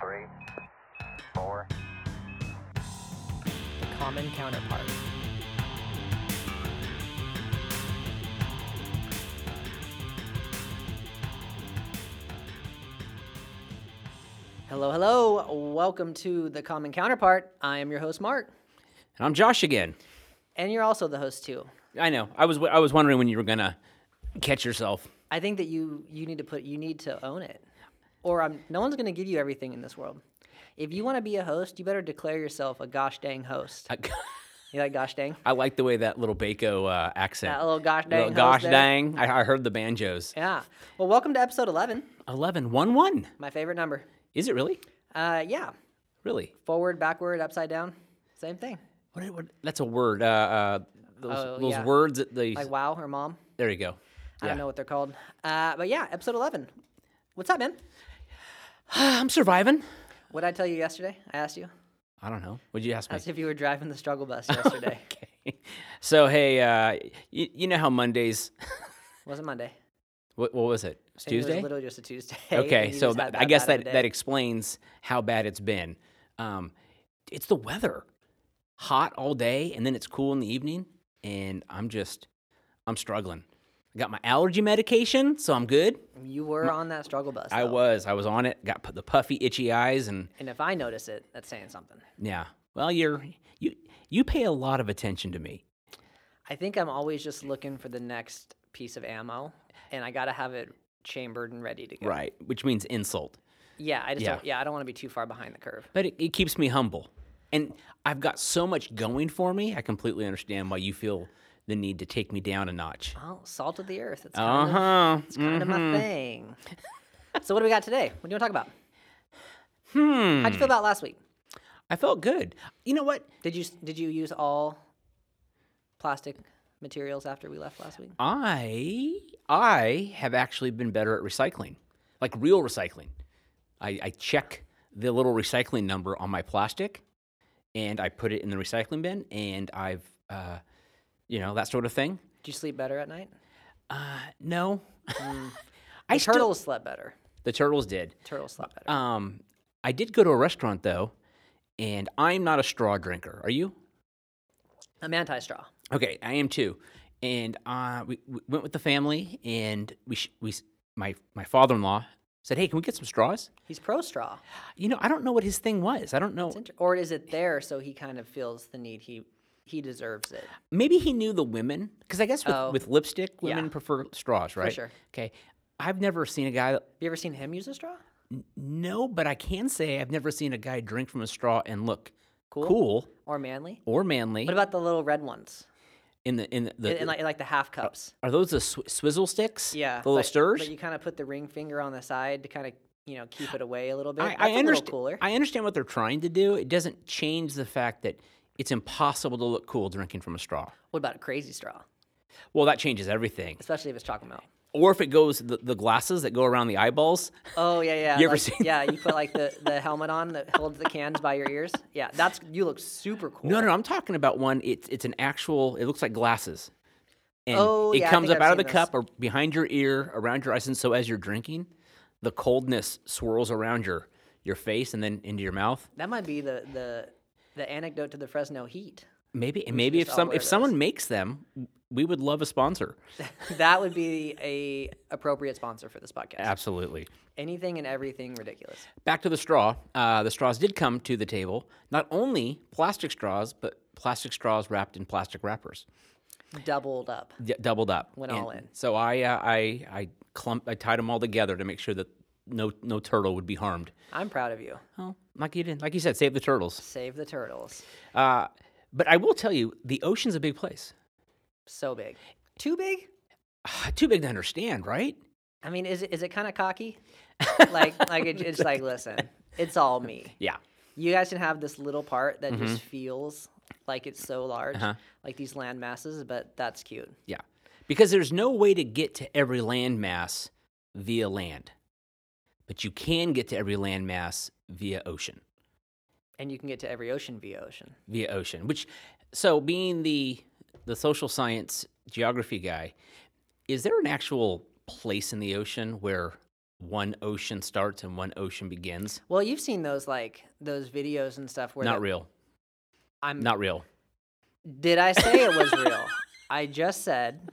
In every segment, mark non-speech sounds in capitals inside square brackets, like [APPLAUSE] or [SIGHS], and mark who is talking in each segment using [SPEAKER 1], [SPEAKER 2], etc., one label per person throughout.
[SPEAKER 1] three, four.
[SPEAKER 2] common counterpart. Hello, hello. Welcome to The Common Counterpart. I am your host, Mark,
[SPEAKER 3] And I'm Josh again.
[SPEAKER 2] and you're also the host, too.
[SPEAKER 3] I know. I was I was wondering when you were gonna catch yourself.
[SPEAKER 2] I think that you you need to put you need to own it, or um, no one's going to give you everything in this world. If you want to be a host, you better declare yourself a gosh dang host.
[SPEAKER 3] I, [LAUGHS]
[SPEAKER 2] You like gosh dang?
[SPEAKER 3] I like the way that little Baco uh, accent.
[SPEAKER 2] That little gosh dang host
[SPEAKER 3] gosh
[SPEAKER 2] there.
[SPEAKER 3] dang. I, I heard the banjos.
[SPEAKER 2] Yeah. Well, welcome to episode 11,
[SPEAKER 3] 11, 1, 1.
[SPEAKER 2] my favorite number.
[SPEAKER 3] Is it really?
[SPEAKER 2] Uh, yeah,
[SPEAKER 3] Really?
[SPEAKER 2] forward, backward, upside down, same thing.
[SPEAKER 3] What, what, that's a word. Uh, uh, those
[SPEAKER 2] Oh,
[SPEAKER 3] those
[SPEAKER 2] yeah.
[SPEAKER 3] words that they.
[SPEAKER 2] Like wow or mom.
[SPEAKER 3] there you go.
[SPEAKER 2] I don't
[SPEAKER 3] Yeah.
[SPEAKER 2] know what they're called. Uh, but yeah, episode 11. What's up, man?
[SPEAKER 3] [GASPS] I'm surviving.
[SPEAKER 2] What did I tell you yesterday? I asked you.
[SPEAKER 3] I don't know. What'd you ask me? [LAUGHS]
[SPEAKER 2] As if you were driving the struggle bus yesterday.
[SPEAKER 3] Okay. So hey, uh, you, you know how Mondays? [LAUGHS]
[SPEAKER 2] Wasn't Monday.
[SPEAKER 3] What, what was it? It was
[SPEAKER 2] I think It
[SPEAKER 3] Tuesday.
[SPEAKER 2] was literally just a Tuesday. [LAUGHS]
[SPEAKER 3] Okay,
[SPEAKER 2] and you
[SPEAKER 3] so
[SPEAKER 2] just
[SPEAKER 3] that,
[SPEAKER 2] had
[SPEAKER 3] I guess
[SPEAKER 2] bad of
[SPEAKER 3] that
[SPEAKER 2] a
[SPEAKER 3] that
[SPEAKER 2] day.
[SPEAKER 3] explains how bad it's been. Um, it's the weather, hot all day, and then it's cool in the evening, and I'm just I'm struggling. I got my allergy medication, so I'm good.
[SPEAKER 2] you were on that struggle bus.
[SPEAKER 3] I
[SPEAKER 2] though.
[SPEAKER 3] was I was on it. Got put the puffy, itchy eyes, and
[SPEAKER 2] And if I notice it, that's saying something.
[SPEAKER 3] yeah. Well, you're you you pay a lot of attention to me.
[SPEAKER 2] I think I'm always just looking for the next piece of ammo, and I got to have it chambered and ready to go.
[SPEAKER 3] Right, which means insult.
[SPEAKER 2] Yeah, I just
[SPEAKER 3] Yeah.
[SPEAKER 2] Don't, yeah, I don't want to be too far behind the curve.
[SPEAKER 3] But it, it keeps me humble. And I've got so much going for me. I completely understand why you feel the need to take me down a notch.
[SPEAKER 2] Well, salt of the earth. It's
[SPEAKER 3] Uh
[SPEAKER 2] kind of
[SPEAKER 3] huh.
[SPEAKER 2] It's kind of
[SPEAKER 3] Mm-hmm.
[SPEAKER 2] my thing. so what do we got today? What do you want to talk about?
[SPEAKER 3] Hmm.
[SPEAKER 2] How'd you feel about last week?
[SPEAKER 3] I felt good. You know what?
[SPEAKER 2] Did you did you use all plastic materials after we left last week?
[SPEAKER 3] I I have actually been better at recycling, like real recycling. I, I check the little recycling number on my plastic, and I put it in the recycling bin, and I've, uh, you know, that sort of thing.
[SPEAKER 2] Did you sleep better at night?
[SPEAKER 3] Uh, no, [LAUGHS]
[SPEAKER 2] The
[SPEAKER 3] I still-
[SPEAKER 2] turtles slept better.
[SPEAKER 3] Mm. the turtles did.
[SPEAKER 2] Turtles slept
[SPEAKER 3] [SIGHS]
[SPEAKER 2] better.
[SPEAKER 3] Um, I did go to a restaurant though, and I'm not a straw drinker. Are you?
[SPEAKER 2] I'm anti-straw.
[SPEAKER 3] Okay, I am too. And uh, we, we went with the family, and we sh- we s- my my father in law said, "Hey, can we get some straws?"
[SPEAKER 2] He's pro-straw.
[SPEAKER 3] You know, I don't know what his thing was. I don't know.
[SPEAKER 2] It's inter- or is it there so he kind of feels the need he he deserves it?
[SPEAKER 3] Maybe he knew the women because I guess with,
[SPEAKER 2] Oh.
[SPEAKER 3] with lipstick, women
[SPEAKER 2] Yeah.
[SPEAKER 3] prefer straws, right?
[SPEAKER 2] sure.
[SPEAKER 3] Okay, I've never seen a guy.
[SPEAKER 2] You ever seen him use a straw?
[SPEAKER 3] No, but I can say I've never seen a guy drink from a straw and look
[SPEAKER 2] Cool.
[SPEAKER 3] cool
[SPEAKER 2] Or manly?
[SPEAKER 3] or manly.
[SPEAKER 2] What about the little red ones?
[SPEAKER 3] in the in the,
[SPEAKER 2] And,
[SPEAKER 3] the
[SPEAKER 2] and like, like the half cups.
[SPEAKER 3] are those the sw- swizzle sticks?
[SPEAKER 2] Yeah.
[SPEAKER 3] the little
[SPEAKER 2] but,
[SPEAKER 3] stirs.
[SPEAKER 2] But you kind of put the ring finger on the side to kind of, you know, keep it away a little bit.
[SPEAKER 3] I,
[SPEAKER 2] That's
[SPEAKER 3] I
[SPEAKER 2] a
[SPEAKER 3] understand.
[SPEAKER 2] little cooler.
[SPEAKER 3] I understand what they're trying to do. It doesn't change the fact that it's impossible to look cool drinking from a straw.
[SPEAKER 2] What about a crazy straw?
[SPEAKER 3] Well, that changes everything.
[SPEAKER 2] Especially if it's chocolate milk.
[SPEAKER 3] Or if it goes the, the glasses that go around the eyeballs.
[SPEAKER 2] Oh yeah, yeah.
[SPEAKER 3] [LAUGHS] You ever
[SPEAKER 2] like-
[SPEAKER 3] seen-
[SPEAKER 2] Yeah, you put like the, the helmet on that holds the cans by your ears. Yeah, that's you look super cool.
[SPEAKER 3] No, no, I'm talking about one. It's it's an actual. It looks like glasses. And
[SPEAKER 2] Oh,
[SPEAKER 3] it
[SPEAKER 2] yeah, I
[SPEAKER 3] comes
[SPEAKER 2] think
[SPEAKER 3] up
[SPEAKER 2] I've
[SPEAKER 3] out of the
[SPEAKER 2] seen
[SPEAKER 3] cup or behind your ear, around your eyes, and so as you're drinking, the coldness swirls around your your face and then into your mouth.
[SPEAKER 2] That might be the the the anecdote to the Fresno Heat. [LAUGHS]
[SPEAKER 3] Maybe and maybe if
[SPEAKER 2] just all
[SPEAKER 3] some
[SPEAKER 2] wear
[SPEAKER 3] if someone makes them, we would love a
[SPEAKER 2] [LAUGHS]
[SPEAKER 3] sponsor.
[SPEAKER 2] That would be a appropriate sponsor for this podcast.
[SPEAKER 3] Absolutely.
[SPEAKER 2] Anything and everything ridiculous.
[SPEAKER 3] Back to the straw. Uh, the straws did come to the table. Not only plastic straws, but plastic straws wrapped in plastic wrappers,
[SPEAKER 2] Doubled up.
[SPEAKER 3] D- doubled up.
[SPEAKER 2] Went
[SPEAKER 3] And
[SPEAKER 2] all in.
[SPEAKER 3] So I, uh, I, I clumped, I tied them all together to make sure that no, no turtle would be harmed.
[SPEAKER 2] I'm proud of you.
[SPEAKER 3] Well, like you did, like you said, save the turtles.
[SPEAKER 2] Save the turtles.
[SPEAKER 3] Uh, but I will tell you, the ocean's a big place. Ah,
[SPEAKER 2] So big. Too big?
[SPEAKER 3] Too big to understand, right?
[SPEAKER 2] I mean, is it is it kind of
[SPEAKER 3] [LAUGHS]
[SPEAKER 2] cocky? like like it, it's like listen, it's all me.
[SPEAKER 3] Yeah.
[SPEAKER 2] You guys can have this little part that
[SPEAKER 3] Mm-hmm.
[SPEAKER 2] just feels like it's so large,
[SPEAKER 3] Uh-huh.
[SPEAKER 2] like these land masses, but that's cute.
[SPEAKER 3] Yeah. Because there's no way to get to every landmass via land. But you can get to every landmass via ocean.
[SPEAKER 2] And you can get to every ocean via ocean.
[SPEAKER 3] Via ocean. Which so being the the social science geography guy, is there an actual place in the ocean where one ocean starts and one ocean begins.
[SPEAKER 2] Well, you've seen those like those videos and stuff where
[SPEAKER 3] Not
[SPEAKER 2] the-
[SPEAKER 3] real.
[SPEAKER 2] I'm
[SPEAKER 3] Not real.
[SPEAKER 2] Did I say it was
[SPEAKER 3] [LAUGHS]
[SPEAKER 2] real? I just said,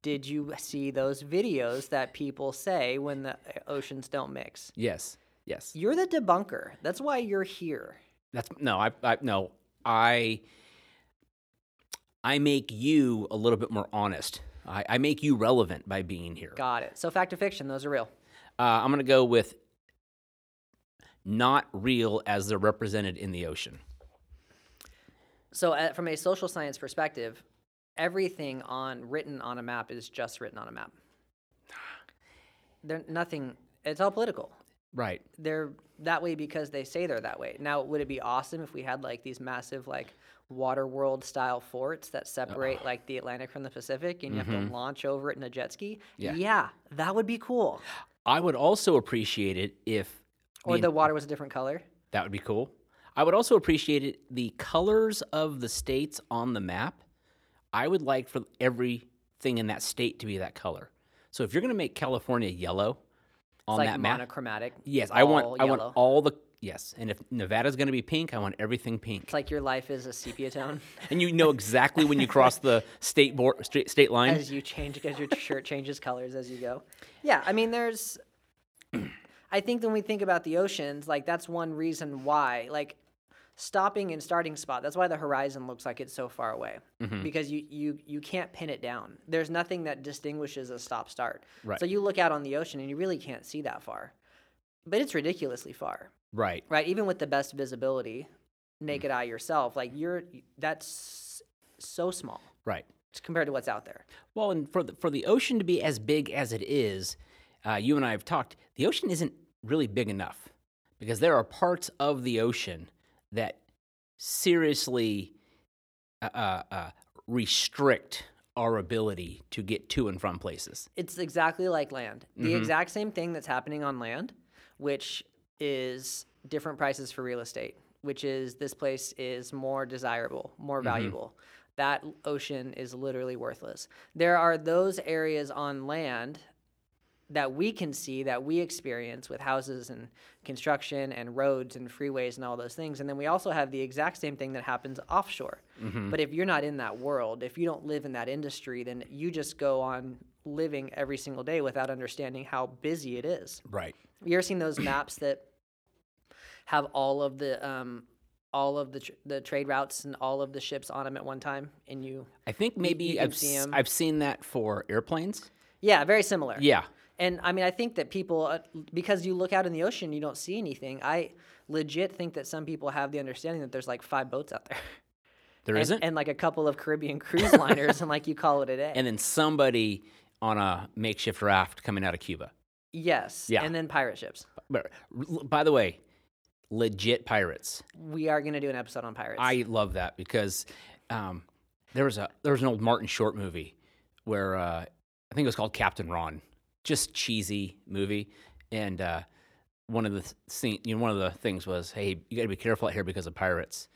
[SPEAKER 2] did you see those videos that people say when the uh, oceans don't mix?
[SPEAKER 3] Yes. Yes.
[SPEAKER 2] You're the debunker. That's why you're here.
[SPEAKER 3] That's no, I, I no, I I make you a little bit more honest. I, I make you relevant by being here. Uh,
[SPEAKER 2] Got it. So fact or fiction, those are real.
[SPEAKER 3] I'm gonna go with not real as they're represented in the ocean.
[SPEAKER 2] So uh, from a social science perspective, everything on written on a map is just written on a
[SPEAKER 3] [SIGHS]
[SPEAKER 2] map. They're nothing. It's all political.
[SPEAKER 3] Right.
[SPEAKER 2] They're that way because they say they're that way. Now, would it be awesome if we had like these massive like water world style forts that separate like the Atlantic from the Pacific and you have to launch over it in a jet ski?
[SPEAKER 3] Mm-hmm. Yeah.
[SPEAKER 2] that would be cool.
[SPEAKER 3] I would also appreciate it if
[SPEAKER 2] Or
[SPEAKER 3] the-
[SPEAKER 2] the water was a different color.
[SPEAKER 3] that would be cool. I would also appreciate it the colors of the states on the map. I would like for everything in that state to be that color. So if you're gonna make California yellow on
[SPEAKER 2] It's like
[SPEAKER 3] that map,
[SPEAKER 2] monochromatic.
[SPEAKER 3] Yes, I want
[SPEAKER 2] all
[SPEAKER 3] I want
[SPEAKER 2] yellow.
[SPEAKER 3] all the yes. And if Nevada's going to be pink, I want everything pink.
[SPEAKER 2] It's like your life is a sepia tone
[SPEAKER 3] and you know exactly when you
[SPEAKER 2] [LAUGHS]
[SPEAKER 3] cross the state board state, state line.
[SPEAKER 2] as you change as your shirt changes colors as you go. Yeah, I mean there's I think when we think about the oceans, like that's one reason why like stopping and starting spot. That's why the horizon looks like it's so far away because you you you can't pin it down. There's nothing that distinguishes a stop start.
[SPEAKER 3] Right.
[SPEAKER 2] So you look out on the ocean and you really can't see that far. But it's ridiculously far.
[SPEAKER 3] right.
[SPEAKER 2] right even with the best visibility naked eye yourself like you're that's so small
[SPEAKER 3] Right.
[SPEAKER 2] just compared to what's out there
[SPEAKER 3] Well, and for the, for the ocean to be as big as it is, uh, you and I have talked. The ocean isn't really big enough because there are parts of the ocean that seriously uh, uh, uh, restrict our ability to get to and from places.
[SPEAKER 2] it's exactly like land the exact same thing that's happening on land which is different prices for real estate which is this place is more desirable more valuable that ocean is literally worthless there are those areas on land that we can see that we experience with houses and construction and roads and freeways and all those things and then we also have the exact same thing that happens offshore but if you're not in that world if you don't live in that industry then you just go on living every single day without understanding how busy it is
[SPEAKER 3] Right.
[SPEAKER 2] you ever seen those maps that have all of the um, all of the tr- the trade routes and all of the ships on them at one time and you
[SPEAKER 3] I think maybe
[SPEAKER 2] you can
[SPEAKER 3] I've,
[SPEAKER 2] see
[SPEAKER 3] s-
[SPEAKER 2] 'em.
[SPEAKER 3] I've seen that for airplanes.
[SPEAKER 2] yeah very similar
[SPEAKER 3] Yeah.
[SPEAKER 2] And I mean, I think that people, uh, because you look out in the ocean, you don't see anything. I legit think that some people have the understanding that there's like five boats out there.
[SPEAKER 3] there
[SPEAKER 2] and,
[SPEAKER 3] not And,
[SPEAKER 2] And like a couple of
[SPEAKER 3] [LAUGHS]
[SPEAKER 2] Caribbean cruise liners, and like you call it a day.
[SPEAKER 3] then somebody on a makeshift raft coming out of Cuba.
[SPEAKER 2] yes.
[SPEAKER 3] Yeah.
[SPEAKER 2] And then pirate ships.
[SPEAKER 3] But, r- by the way, legit pirates.
[SPEAKER 2] We are going to do an episode on pirates.
[SPEAKER 3] I love that because um, there was a there was an old Martin Short movie where uh, I think it was called Captain Ron, just cheesy movie, and uh, one of the th- scene, you know, one of the things was, hey, you got to be careful out here because of pirates.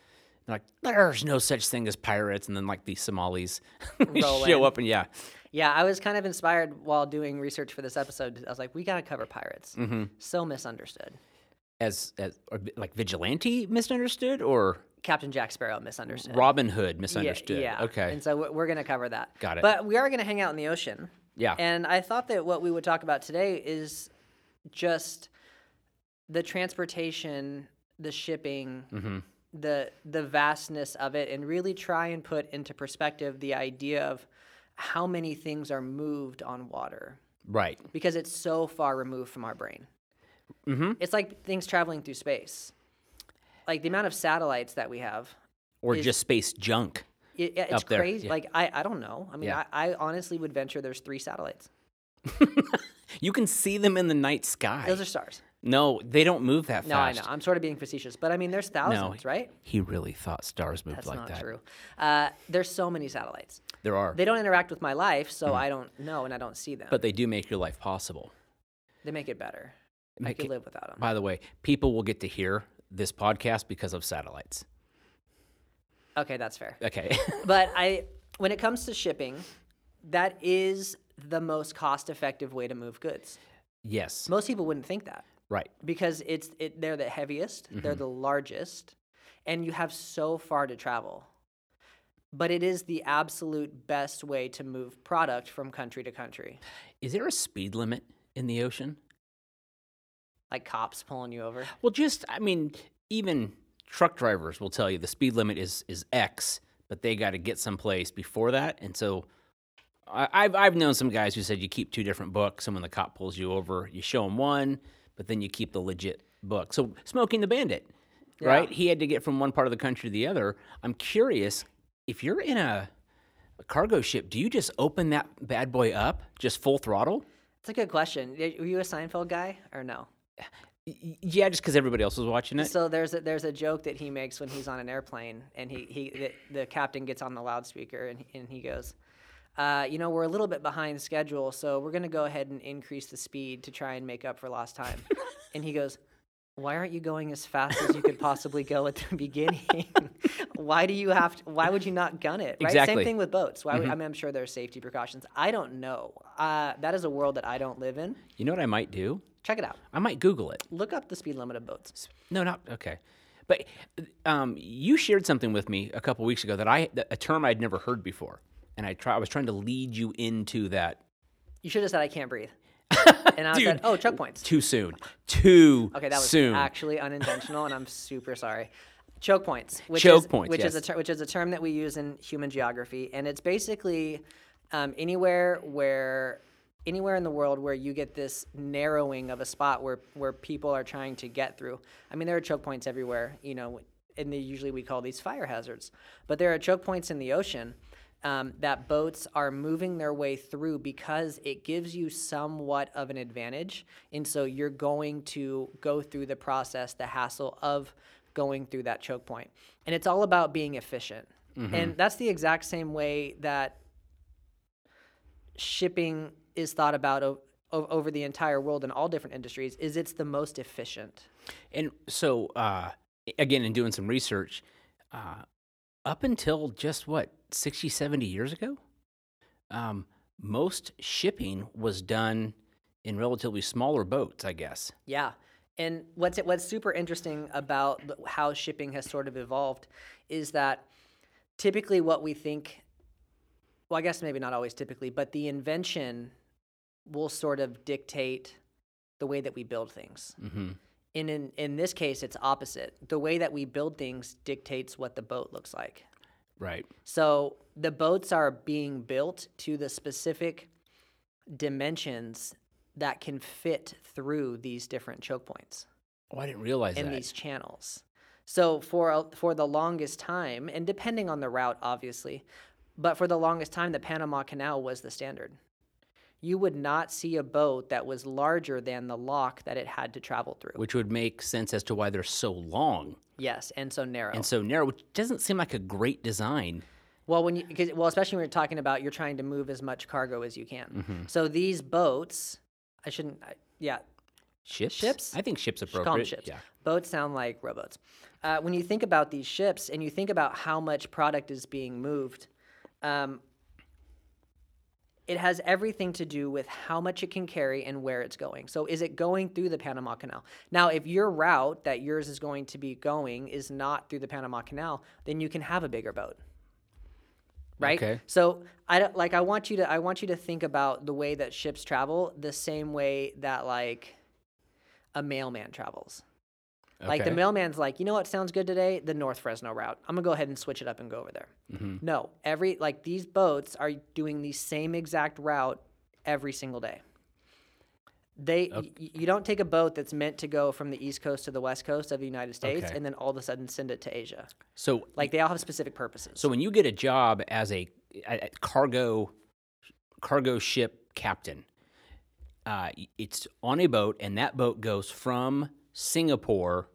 [SPEAKER 3] And like, there's no such thing as pirates, and then like these Somalis [LAUGHS]
[SPEAKER 2] Roll
[SPEAKER 3] show
[SPEAKER 2] in.
[SPEAKER 3] up and yeah,
[SPEAKER 2] yeah, I was kind of inspired while doing research for this episode. I was like, we got to cover pirates.
[SPEAKER 3] Mm-hmm.
[SPEAKER 2] So misunderstood.
[SPEAKER 3] as, as or, vi- like vigilante misunderstood or
[SPEAKER 2] Captain Jack Sparrow misunderstood.
[SPEAKER 3] Robin Hood
[SPEAKER 2] uh, Yeah,
[SPEAKER 3] misunderstood.
[SPEAKER 2] Yeah.
[SPEAKER 3] Okay.
[SPEAKER 2] And so we're- we're going to cover that.
[SPEAKER 3] Got it.
[SPEAKER 2] But we are going to hang out in the ocean.
[SPEAKER 3] yeah.
[SPEAKER 2] And I thought that what we would talk about today is just the transportation, the shipping,
[SPEAKER 3] Mm-hmm.
[SPEAKER 2] the the vastness of it, and really try and put into perspective the idea of how many things are moved on water
[SPEAKER 3] right.
[SPEAKER 2] because it's so far removed from our brain. Mm-hmm. It's like things traveling through space, like the amount of satellites that we have.
[SPEAKER 3] Or just space junk.
[SPEAKER 2] It, yeah, it's
[SPEAKER 3] Up there,
[SPEAKER 2] crazy.
[SPEAKER 3] yeah.
[SPEAKER 2] Like I, I don't know. I mean,
[SPEAKER 3] Yeah.
[SPEAKER 2] I, I honestly would venture there's three satellites.
[SPEAKER 3] You can see them in the night sky.
[SPEAKER 2] Those are stars.
[SPEAKER 3] no, they don't move that
[SPEAKER 2] No,
[SPEAKER 3] fast.
[SPEAKER 2] I know. I'm sort of being facetious, but I mean, there's thousands, right?
[SPEAKER 3] He really thought stars moved
[SPEAKER 2] That's
[SPEAKER 3] like
[SPEAKER 2] not
[SPEAKER 3] that.
[SPEAKER 2] true. Uh, there's so many satellites.
[SPEAKER 3] There are,
[SPEAKER 2] They don't interact with my life, so I don't know and I don't see them.
[SPEAKER 3] Mm. but they do make your life possible.
[SPEAKER 2] they make it better. I
[SPEAKER 3] Make
[SPEAKER 2] could
[SPEAKER 3] it-
[SPEAKER 2] live without them.
[SPEAKER 3] By the way, people will get to hear this podcast because of satellites.
[SPEAKER 2] Okay, that's fair.
[SPEAKER 3] Okay. [LAUGHS]
[SPEAKER 2] But I, when it comes to shipping, that is the most cost-effective way to move goods.
[SPEAKER 3] Yes.
[SPEAKER 2] Most people wouldn't think that
[SPEAKER 3] Right.
[SPEAKER 2] because it's it, they're the heaviest, they're the largest, and you have so far to travel. But it is the absolute best way to move product from country to country.
[SPEAKER 3] Is there a speed limit in the ocean?
[SPEAKER 2] Like cops pulling you over.
[SPEAKER 3] Well, just I mean, even truck drivers will tell you the speed limit is is X, but they got to get someplace before that, and so. I- I've I've known some guys who said you keep two different books, and when the cop pulls you over, you show him one, but then you keep the legit book. So smoking the bandit, right? He had to get from one part of the country to the other. I'm curious if you're in a, a cargo ship, do you just open that bad boy up just full throttle?
[SPEAKER 2] It's a good question. Y- Were you a Seinfeld guy or no?
[SPEAKER 3] Y- y- Yeah, just because everybody else was watching it.
[SPEAKER 2] So there's a, there's a joke that he makes when he's on an airplane, and he, he the, the captain gets on the loudspeaker, and he, and he goes, uh, "You know, we're a little bit behind schedule, so we're gonna go ahead and increase the speed to try and make up for lost time." and he goes, "Why aren't you going as fast as you could possibly go at the [LAUGHS] beginning? why do you have? To, why would you not gun it? Right?
[SPEAKER 3] Exactly.
[SPEAKER 2] Same thing with boats. Why? Would, I mean, I'm sure there are safety precautions. I don't know. Uh, that is a world that I don't live in.
[SPEAKER 3] You know what I might do?
[SPEAKER 2] Check it out.
[SPEAKER 3] I might Google it.
[SPEAKER 2] Look up the speed limit of boats.
[SPEAKER 3] No, not okay. But um, you shared something with me a couple weeks ago that I that- a term I'd never heard before, and I try I was trying to lead you into that
[SPEAKER 2] You should have said I can't
[SPEAKER 3] [LAUGHS]
[SPEAKER 2] breathe. And I said,
[SPEAKER 3] Dude.
[SPEAKER 2] "Oh, choke points."
[SPEAKER 3] too soon, too
[SPEAKER 2] Okay, that was
[SPEAKER 3] soon.
[SPEAKER 2] actually unintentional, and I'm super sorry. Choke points, which
[SPEAKER 3] Choke
[SPEAKER 2] is,
[SPEAKER 3] points,
[SPEAKER 2] which is a
[SPEAKER 3] yes.
[SPEAKER 2] ter- which is a term that we use in human geography, and it's basically um, anywhere where anywhere in the world where you get this narrowing of a spot where where people are trying to get through. I mean, there are choke points everywhere, you know, and they, usually we call these fire hazards, but there are choke points in the ocean. Um, that boats are moving their way through because it gives you somewhat of an advantage. And so you're going to go through the process, the hassle of going through that choke point. And it's all about being efficient. And that's the exact same way that shipping is thought about o- o- over the entire world in all different industries is it's the most efficient.
[SPEAKER 3] And so, uh, again, in doing some research, uh, up until just what 60, 70 years ago, um, most shipping was done in relatively smaller boats, I guess.
[SPEAKER 2] Yeah. And what's what's super interesting about th- how shipping has sort of evolved is that typically what we think well I guess maybe not always typically, but the invention will sort of dictate the way that we build things.
[SPEAKER 3] Mm-hmm.
[SPEAKER 2] And in in this case it's opposite. The way that we build things dictates what the boat looks like.
[SPEAKER 3] Right.
[SPEAKER 2] So the boats are being built to the specific dimensions that can fit through these different choke points
[SPEAKER 3] Oh, I didn't realize
[SPEAKER 2] in
[SPEAKER 3] that.
[SPEAKER 2] these channels. So for a- for the longest time, and depending on the route, obviously, but for the longest time, the Panama Canal was the standard. You would not see a boat that was larger than the lock that it had to travel through.
[SPEAKER 3] which would make sense as to why they're so long
[SPEAKER 2] Yes, and so narrow.
[SPEAKER 3] and so narrow, which doesn't seem like a great design.
[SPEAKER 2] Well, when you 'cause- well, especially when you're talking about you're trying to move as much cargo as you can. So these boats, I shouldn't. I, yeah,
[SPEAKER 3] Ships?
[SPEAKER 2] Ships?
[SPEAKER 3] I think ships appropriate.
[SPEAKER 2] call them ships.
[SPEAKER 3] Yeah.
[SPEAKER 2] Boats sound like rowboats. Uh, when you think about these ships and you think about how much product is being moved, um, it has everything to do with how much it can carry and where it's going. So, is it going through the Panama Canal? Now, if your route that yours is going to be going is not through the Panama Canal, then you can have a bigger boat right?
[SPEAKER 3] Okay.
[SPEAKER 2] So I don't like I want you to I want you to think about the way that ships travel the same way that like a mailman travels. Like the
[SPEAKER 3] Okay.
[SPEAKER 2] mailman's like, you know what sounds good today? The North Fresno route. I'm gonna go ahead and switch it up and go over there.
[SPEAKER 3] Mm-hmm.
[SPEAKER 2] No, every like these boats are doing the same exact route every single day. They y- y- you don't take a boat that's meant to go from the east coast to the west coast of the United States
[SPEAKER 3] Okay.
[SPEAKER 2] and then all of a sudden send it to Asia.
[SPEAKER 3] So,
[SPEAKER 2] Like they all have specific purposes.
[SPEAKER 3] so when you get a job as a, a- a cargo cargo ship captain, uh, y- it's on a boat, and that boat goes from Singapore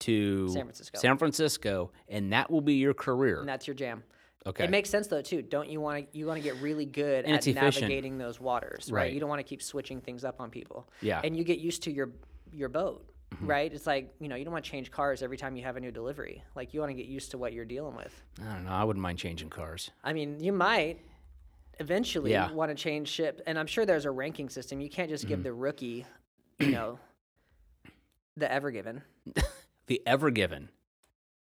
[SPEAKER 3] to
[SPEAKER 2] San Francisco.
[SPEAKER 3] San Francisco, and that will be your career.
[SPEAKER 2] and that's your jam.
[SPEAKER 3] okay.
[SPEAKER 2] It makes sense though too. Don't you want to you want to get really good
[SPEAKER 3] And
[SPEAKER 2] at
[SPEAKER 3] it's efficient.
[SPEAKER 2] navigating those waters, right?
[SPEAKER 3] Right.
[SPEAKER 2] You don't want to keep switching things up on people.
[SPEAKER 3] Yeah. Mm-hmm.
[SPEAKER 2] And you get used to your your boat, right? It's like, you know, you don't want to change cars every time you have a new delivery. Like you want to get used to what you're dealing with.
[SPEAKER 3] I don't know. I wouldn't mind changing cars.
[SPEAKER 2] I mean, you might eventually
[SPEAKER 3] Yeah. Mm-hmm.
[SPEAKER 2] want to change ship and I'm sure there's a ranking system. You can't just give the rookie you know, the Evergiven,
[SPEAKER 3] The Ever Given.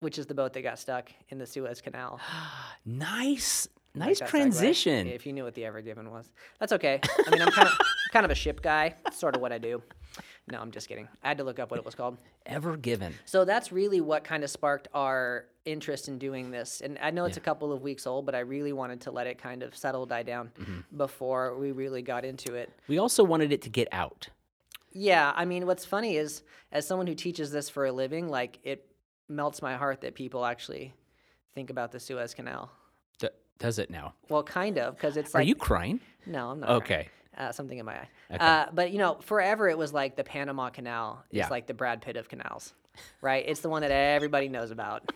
[SPEAKER 2] which is the boat that got stuck in the Suez Canal.
[SPEAKER 3] Nice, nice
[SPEAKER 2] Like that segue,
[SPEAKER 3] transition.
[SPEAKER 2] If you knew what the ever given was, that's okay. I mean, I'm kind of [LAUGHS] kind of a ship guy. It's sort of what I do. No, I'm just kidding. I had to look up what it was called.
[SPEAKER 3] Ever Given.
[SPEAKER 2] So that's really what kind of sparked our interest in doing this. And I know it's a couple of weeks old, but I really wanted to let it kind of settle, die down
[SPEAKER 3] Mm-hmm.
[SPEAKER 2] before we really got into it.
[SPEAKER 3] We also wanted it to get out.
[SPEAKER 2] Yeah, I mean, what's funny is, as someone who teaches this for a living, like it melts my heart that people actually think about the Suez Canal.
[SPEAKER 3] D- does it now?
[SPEAKER 2] Well, kind of, because it's
[SPEAKER 3] Are
[SPEAKER 2] like
[SPEAKER 3] you crying?
[SPEAKER 2] no, I'm not. crying.
[SPEAKER 3] Okay.
[SPEAKER 2] uh, something in my eye. Uh, but you know, forever it was like the Panama Canal. It's
[SPEAKER 3] Yeah.
[SPEAKER 2] like the Brad Pitt of canals, right? It's the one that everybody knows about.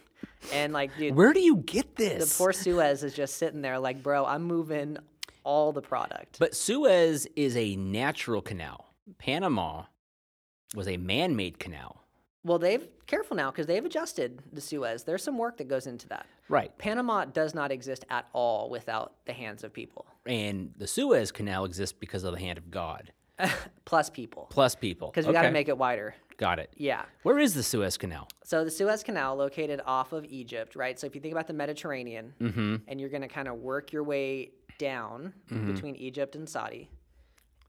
[SPEAKER 2] And like, dude,
[SPEAKER 3] Where do you get
[SPEAKER 2] the
[SPEAKER 3] this?
[SPEAKER 2] poor Suez is just sitting there like, bro, I'm moving all the product.
[SPEAKER 3] But Suez is a natural canal. Panama was a man made canal.
[SPEAKER 2] well, they've careful now because they've adjusted the Suez. There's some work that goes into that.
[SPEAKER 3] Right.
[SPEAKER 2] Panama does not exist at all without the hands of people, [LAUGHS]
[SPEAKER 3] And the Suez Canal exists because of the hand of God,
[SPEAKER 2] plus people,
[SPEAKER 3] plus people.
[SPEAKER 2] because we got to
[SPEAKER 3] Okay.
[SPEAKER 2] make it wider.
[SPEAKER 3] Got it.
[SPEAKER 2] Yeah.
[SPEAKER 3] Where is the Suez Canal?
[SPEAKER 2] So the Suez Canal located off of Egypt, right? So if you think about the Mediterranean,
[SPEAKER 3] Mm-hmm.
[SPEAKER 2] and you're going to kind of work your way down between Egypt and Saudi,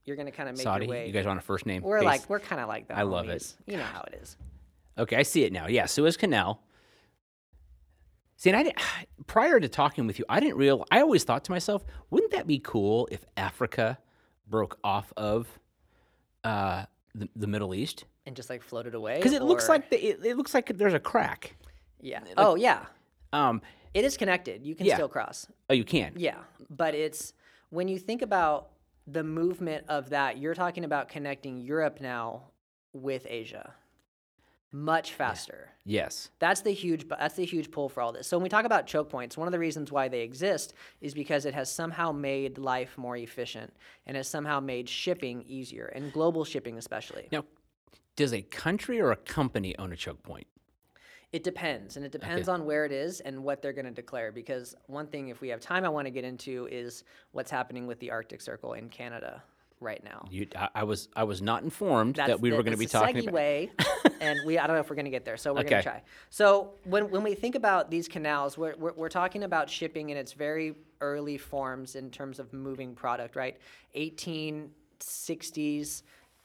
[SPEAKER 2] you're going to kind of make
[SPEAKER 3] Saudi?
[SPEAKER 2] your way.
[SPEAKER 3] You guys are on a first name?
[SPEAKER 2] we're
[SPEAKER 3] base?
[SPEAKER 2] like we're kind of like that. I
[SPEAKER 3] love it.
[SPEAKER 2] You know how it is.
[SPEAKER 3] Okay, I see it now. Yeah, Suez Canal. See, and I didn't, [SIGHS] prior to talking with you, I didn't real. I always thought to myself, wouldn't that be cool if Africa broke off of uh, the, the Middle East?
[SPEAKER 2] And just like floated away
[SPEAKER 3] Because it looks
[SPEAKER 2] or-
[SPEAKER 3] like the, it, it looks like there's a crack.
[SPEAKER 2] yeah. oh yeah,
[SPEAKER 3] Um,
[SPEAKER 2] it is connected. You can
[SPEAKER 3] Yeah.
[SPEAKER 2] still cross.
[SPEAKER 3] oh, you can.
[SPEAKER 2] Yeah, but it's when you think about the movement of that, you're talking about connecting Europe now with Asia, much faster.
[SPEAKER 3] Yes.
[SPEAKER 2] That's the huge that's the huge pull for all this. So when we talk about choke points, one of the reasons why they exist is because it has somehow made life more efficient and has somehow made shipping easier and global shipping especially.
[SPEAKER 3] Now, does a country or a company own a choke point?
[SPEAKER 2] It depends and it depends on where it is and what they're going to declare because one thing if we have time I want to get into is what's happening with the Arctic Circle in Canada right now.
[SPEAKER 3] You, I, I was I was not informed
[SPEAKER 2] That's
[SPEAKER 3] that we
[SPEAKER 2] the-
[SPEAKER 3] were going to be
[SPEAKER 2] that's the
[SPEAKER 3] talking about.
[SPEAKER 2] segue,
[SPEAKER 3] [LAUGHS]
[SPEAKER 2] and we I don't know if we're going to get there, so we're going
[SPEAKER 3] Okay.
[SPEAKER 2] to try. So when when we think about these canals, we're, we're we're talking about shipping in its very early forms in terms of moving product, right? 1860s,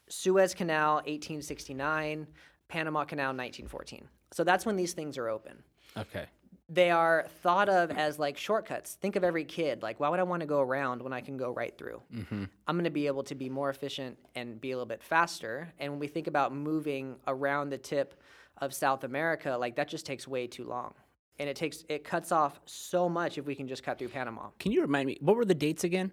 [SPEAKER 2] Suez Canal 1869, Panama Canal 1914. So that's when these things are open
[SPEAKER 3] Okay.
[SPEAKER 2] they are thought of as like shortcuts. Think of every kid. Like, why would I want to go around when I can go right through? I'm going to be able to be more efficient and be a little bit faster. And when we think about moving around the tip of South America, like that just takes way too long. And it takes it cuts off so much if we can just cut through Panama.
[SPEAKER 3] Can you remind me what were the dates again?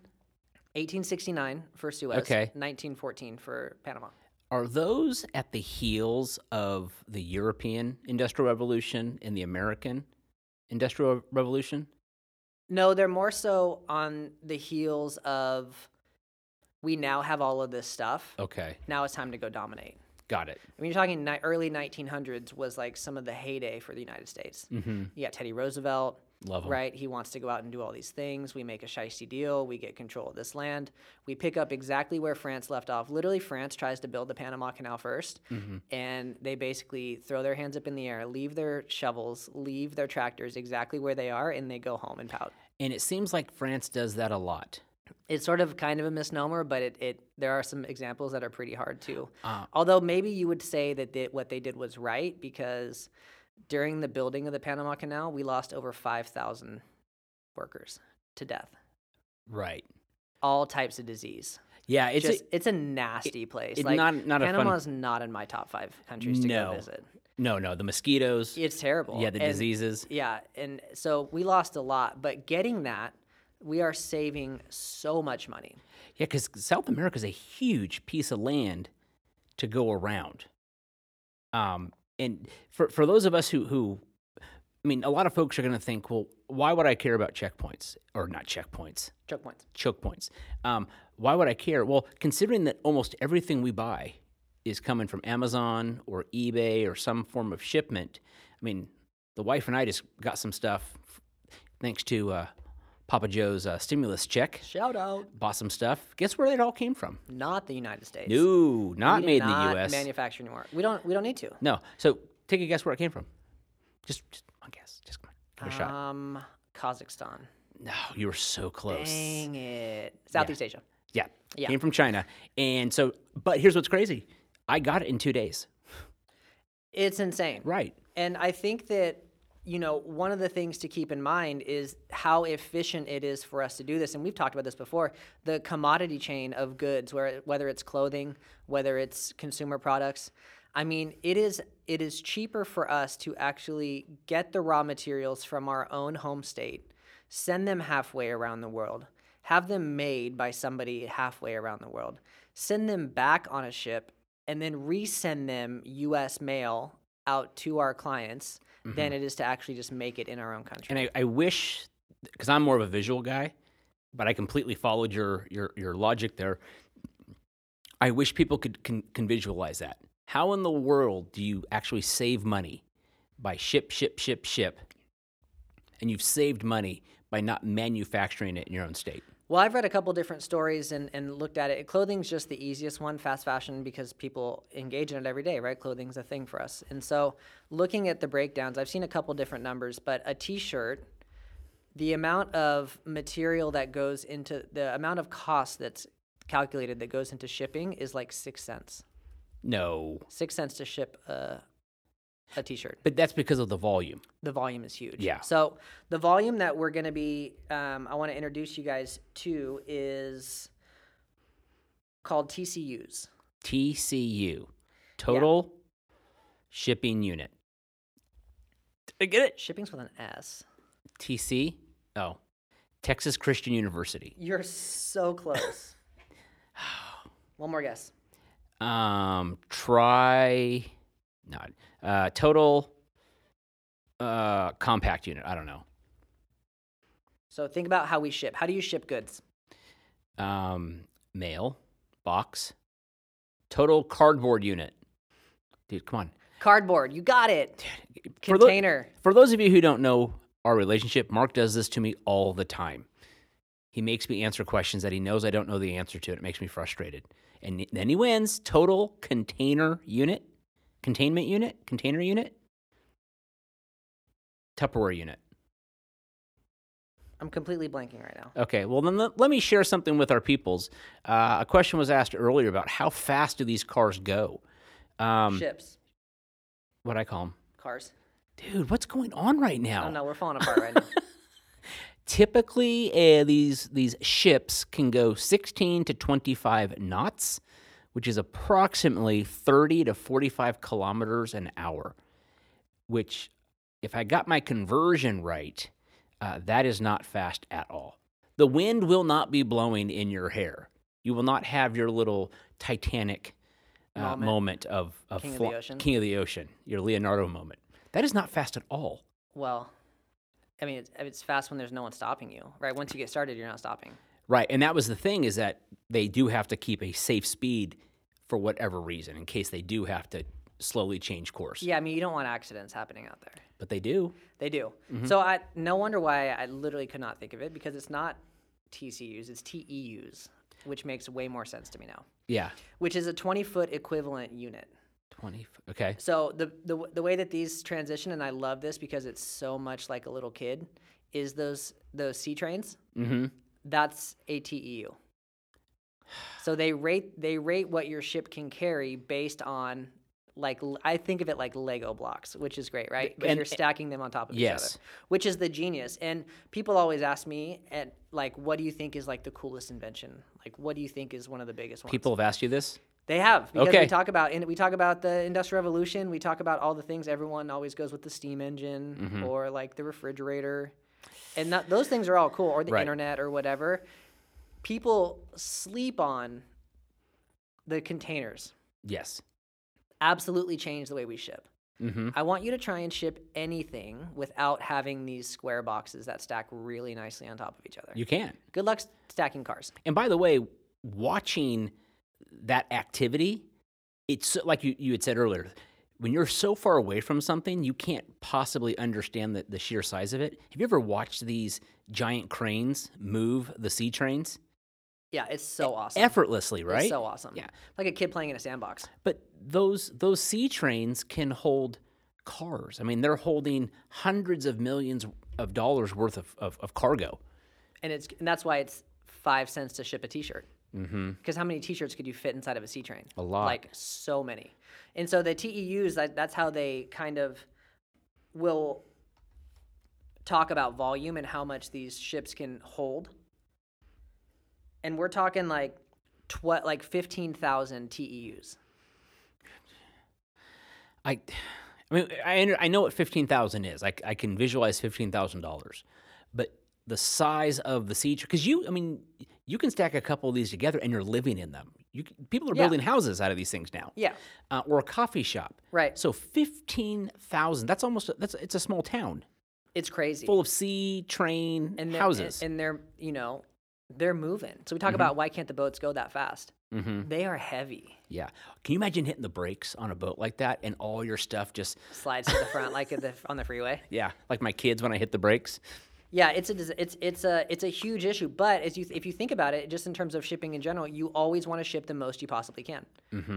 [SPEAKER 2] 1869 for Suez.
[SPEAKER 3] Okay.
[SPEAKER 2] 1914 for Panama.
[SPEAKER 3] Are those at the heels of the European Industrial Revolution and the American Industrial Revolution?
[SPEAKER 2] No, they're more so on the heels of we now have all of this stuff.
[SPEAKER 3] Okay,
[SPEAKER 2] Now it's time to go dominate.
[SPEAKER 3] got it.
[SPEAKER 2] I mean, you're talking ni- early 1900s was like some of the heyday for the United States.
[SPEAKER 3] Mm-hmm.
[SPEAKER 2] You got Teddy Roosevelt,
[SPEAKER 3] Love 'em.
[SPEAKER 2] right? He wants to go out and do all these things. We make a shisty deal. We get control of this land. We pick up exactly where France left off. Literally, France tries to build the Panama Canal 1st
[SPEAKER 3] Mm-hmm.
[SPEAKER 2] and they basically throw their hands up in the air, leave their shovels, leave their tractors exactly where they are, and they go home and pout.
[SPEAKER 3] And it seems like France does that a lot.
[SPEAKER 2] It's sort of kind of a misnomer, but it, it there are some examples that are pretty hard too.
[SPEAKER 3] Uh.
[SPEAKER 2] Although maybe you would say that they, what they did was right because during the building of the Panama Canal, we lost over 5,000 workers to death,
[SPEAKER 3] Right.
[SPEAKER 2] all types of disease.
[SPEAKER 3] Yeah, it's a-
[SPEAKER 2] Just, it's a nasty place.
[SPEAKER 3] it-
[SPEAKER 2] like
[SPEAKER 3] not- not a fun-
[SPEAKER 2] Panama's not in my top five countries to
[SPEAKER 3] No.
[SPEAKER 2] go visit.
[SPEAKER 3] no, no, the mosquitoes. Yeah,
[SPEAKER 2] It's terrible.
[SPEAKER 3] the
[SPEAKER 2] And-
[SPEAKER 3] diseases.
[SPEAKER 2] Yeah, and so we lost a lot, but getting that, we are saving so much money.
[SPEAKER 3] Yeah, because South America is a huge piece of land to go around. Um, and for, for those of us who, who, I mean, a lot of folks are going to think, well, why would I care about checkpoints or not checkpoints,
[SPEAKER 2] Choke points.
[SPEAKER 3] choke points? Um, why would I care? Well, considering that almost everything we buy is coming from Amazon or eBay or some form of shipment, I mean, the wife and I just got some stuff thanks to uh, Papa Joe's uh, stimulus check,
[SPEAKER 2] Shout out.
[SPEAKER 3] bought some stuff. Guess where it all came from?
[SPEAKER 2] Not the United States.
[SPEAKER 3] No,
[SPEAKER 2] We
[SPEAKER 3] not
[SPEAKER 2] did
[SPEAKER 3] made in
[SPEAKER 2] not
[SPEAKER 3] the U.S.
[SPEAKER 2] Manufacture anymore. We don't. We don't need to.
[SPEAKER 3] no. So take a guess where it came from. Just, just one guess. Just come on, give it a shot.
[SPEAKER 2] Um, Kazakhstan.
[SPEAKER 3] No, you were so close.
[SPEAKER 2] Dang it. Southeast Asia.
[SPEAKER 3] Yeah.
[SPEAKER 2] Yeah.
[SPEAKER 3] Came from China. And so, but here's what's crazy I got it in two days.
[SPEAKER 2] It's insane.
[SPEAKER 3] Right.
[SPEAKER 2] And I think that, you know, one of the things to keep in mind is how efficient it is for us to do this. And we've talked about this before the commodity chain of goods, where, whether it's clothing, whether it's consumer products. I mean, it is it is cheaper for us to actually get the raw materials from our own home state, send them halfway around the world, have them made by somebody halfway around the world, send them back on a ship, and then resend them U.S. mail out to our clients than it is to actually just make it in our own country.
[SPEAKER 3] And I, I wish, because I'm more of a visual guy, but I completely followed your, your, your logic there. I wish people could can, can visualize that. How in the world do you actually save money by ship, ship, ship, ship? And you've saved money by not manufacturing it in your own state.
[SPEAKER 2] Well, I've read a couple different stories and, and looked at it. Clothing's just the easiest one, fast fashion, because people engage in it every day, right? Clothing's a thing for us. And so, looking at the breakdowns, I've seen a couple different numbers, but a t shirt, the amount of material that goes into the amount of cost that's calculated that goes into shipping is like six cents.
[SPEAKER 3] No.
[SPEAKER 2] Six cents to ship a, a t shirt.
[SPEAKER 3] But that's because of the volume.
[SPEAKER 2] the volume is huge.
[SPEAKER 3] Yeah.
[SPEAKER 2] So the volume that we're going to be, um, I want to introduce you guys to is called TCUs.
[SPEAKER 3] TCU, total shipping unit. Did I get it?
[SPEAKER 2] Shipping's with an S.
[SPEAKER 3] TC, oh, Texas Christian University.
[SPEAKER 2] You're so
[SPEAKER 3] [LAUGHS]
[SPEAKER 2] close. One more guess.
[SPEAKER 3] Um, try, not uh, total uh, compact unit. I don't know.
[SPEAKER 2] So think about how we ship. How do you ship goods?
[SPEAKER 3] Um, mail box, total cardboard unit. Dude, come on.
[SPEAKER 2] Cardboard. You got it.
[SPEAKER 3] For tho-
[SPEAKER 2] Container.
[SPEAKER 3] For those of you who don't know our relationship, Mark does this to me all the time. He makes me answer questions that he knows I don't know the answer to, and it makes me frustrated. And then he wins total container unit, containment unit, container unit, Tupperware unit.
[SPEAKER 2] I'm completely blanking right now.
[SPEAKER 3] Okay, well, then let, let me share something with our peoples. Uh, a question was asked earlier about how fast do these cars go? Um,
[SPEAKER 2] Ships.
[SPEAKER 3] what I call them.
[SPEAKER 2] Cars.
[SPEAKER 3] Dude, what's going on right now?
[SPEAKER 2] Oh no, we're falling apart
[SPEAKER 3] [LAUGHS]
[SPEAKER 2] right now.
[SPEAKER 3] typically uh, these these ships can go 16 to 25 knots which is approximately 30 to 45 kilometers an hour which if i got my conversion right uh, that is not fast at all the wind will not be blowing in your hair you will not have your little titanic uh, moment.
[SPEAKER 2] Moment.
[SPEAKER 3] of, of
[SPEAKER 2] King of the ocean.
[SPEAKER 3] king of the ocean your leonardo moment that is not fast at all
[SPEAKER 2] well, I mean, it's, it's fast when there's no one stopping you, right? Once you get started, you're not stopping.
[SPEAKER 3] Right, and that was the thing is that they do have to keep a safe speed for whatever reason in case they do have to slowly change course.
[SPEAKER 2] Yeah, I mean, you don't want accidents happening out there.
[SPEAKER 3] But they do.
[SPEAKER 2] They do. So I no wonder why I literally could not think of it because it's not TCUs, it's TEUs, which makes way more sense to me now.
[SPEAKER 3] Yeah.
[SPEAKER 2] Which is a 20 foot equivalent unit.
[SPEAKER 3] 20. f- Okay.
[SPEAKER 2] So the, the w- the way that these transition, and I love this because it's so much like a little kid, is those those C trains.
[SPEAKER 3] Mhm.
[SPEAKER 2] That's a TEU. So they rate they rate what your ship can carry based on like l- I think of it like Lego blocks, which is great, right? Because
[SPEAKER 3] and-
[SPEAKER 2] you're stacking them on top of each
[SPEAKER 3] Yes.
[SPEAKER 2] other, which is the genius. And people always ask me, at like, what do you think is like the coolest invention? Like, what do you think is one of the biggest ones?
[SPEAKER 3] People have asked you this?
[SPEAKER 2] They have because
[SPEAKER 3] Okay.
[SPEAKER 2] we talk about and we talk about the industrial revolution. We talk about all the things everyone always goes with the steam engine
[SPEAKER 3] Mm-hmm.
[SPEAKER 2] or like the refrigerator, and that, those things are all cool or the
[SPEAKER 3] Right.
[SPEAKER 2] internet or whatever. People sleep on the containers.
[SPEAKER 3] Yes.
[SPEAKER 2] Absolutely change the way we ship.
[SPEAKER 3] Mhm.
[SPEAKER 2] I want you to try and ship anything without having these square boxes that stack really nicely on top of each other.
[SPEAKER 3] You can.
[SPEAKER 2] Good luck s- stacking cars.
[SPEAKER 3] And by the way, watching that activity, it's so- like you, you had said earlier, when you're so far away from something, you can't possibly understand the, the sheer size of it. Have you ever watched these giant cranes move the sea trains?
[SPEAKER 2] Yeah, it's so awesome.
[SPEAKER 3] Effortlessly, E-, right?
[SPEAKER 2] It's so awesome.
[SPEAKER 3] Yeah.
[SPEAKER 2] Like a kid playing in a sandbox.
[SPEAKER 3] But those those sea trains can hold cars. I mean, they're holding hundreds of millions of dollars worth of, of, of cargo.
[SPEAKER 2] And it's and that's why it's five cents to ship a t-shirt. Mm-hmm. Because how many t-shirts could you fit inside of a sea train? A
[SPEAKER 3] lot.
[SPEAKER 2] Like so many. And so the TEUs, that, that's how they kind of will talk about volume and how much these ships can hold. And we're talking like tw- like 15,000 TEUs.
[SPEAKER 3] I, I mean, I, under- I know what fifteen thousand is. I, c- I can visualize fifteen thousand dollars, but the size of the sea because you, I mean, you can stack a couple of these together and you're living in them. You c- people are
[SPEAKER 2] Yeah.
[SPEAKER 3] building houses out of these things now.
[SPEAKER 2] Yeah.
[SPEAKER 3] uh, or a coffee shop.
[SPEAKER 2] Right.
[SPEAKER 3] So fifteen thousand. That's almost a, that's it's a small town
[SPEAKER 2] It's crazy.
[SPEAKER 3] full of sea train
[SPEAKER 2] and they're-
[SPEAKER 3] houses.
[SPEAKER 2] And, and they're, you know, they're moving. So we talk about why can't the boats go that fast? They are heavy.
[SPEAKER 3] yeah. Can you imagine hitting the brakes on a boat like that and all your stuff just
[SPEAKER 2] Slides to the front like at the, on the freeway.
[SPEAKER 3] yeah like my kids when I hit the brakes.
[SPEAKER 2] Yeah, it's a dis- it's it's a it's a huge issue. But as you if you think about it, just in terms of shipping in general, you always want to ship the most you possibly can,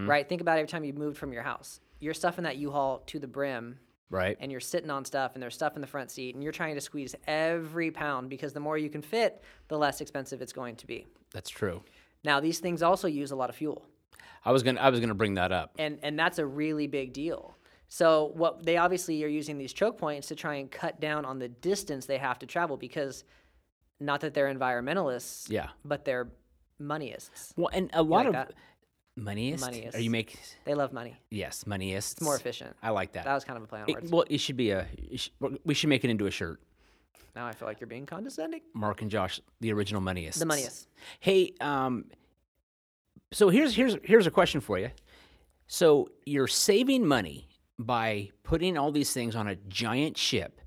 [SPEAKER 2] right? Think about every time you moved from your house, you're stuffing that U-Haul to the brim,
[SPEAKER 3] Right.
[SPEAKER 2] and you're sitting on stuff, and there's stuff in the front seat, and you're trying to squeeze every pound because the more you can fit, the less expensive it's going to be.
[SPEAKER 3] That's true.
[SPEAKER 2] Now these things also use a lot of fuel.
[SPEAKER 3] I was gonna I was gonna bring that up.
[SPEAKER 2] and and that's a really big deal. So what they obviously are using these choke points to try and cut down on the distance they have to travel because not that they're environmentalists,
[SPEAKER 3] Yeah.
[SPEAKER 2] but they're moneyists.
[SPEAKER 3] Well, and a lot
[SPEAKER 2] like
[SPEAKER 3] of
[SPEAKER 2] that?
[SPEAKER 3] moneyist. Are
[SPEAKER 2] Moneyist.
[SPEAKER 3] you make
[SPEAKER 2] They love money.
[SPEAKER 3] yes moneyist? It's
[SPEAKER 2] More efficient.
[SPEAKER 3] I like that.
[SPEAKER 2] That was kind of a play on
[SPEAKER 3] It-
[SPEAKER 2] words.
[SPEAKER 3] well, it should be a. it sh- we should make it into a shirt.
[SPEAKER 2] now I feel like you're being condescending.
[SPEAKER 3] Mark and Josh, the original moneyists.
[SPEAKER 2] The moneyists.
[SPEAKER 3] Hey, um, so here's here's here's a question for you. So you're saving money by putting all these things on a giant ship,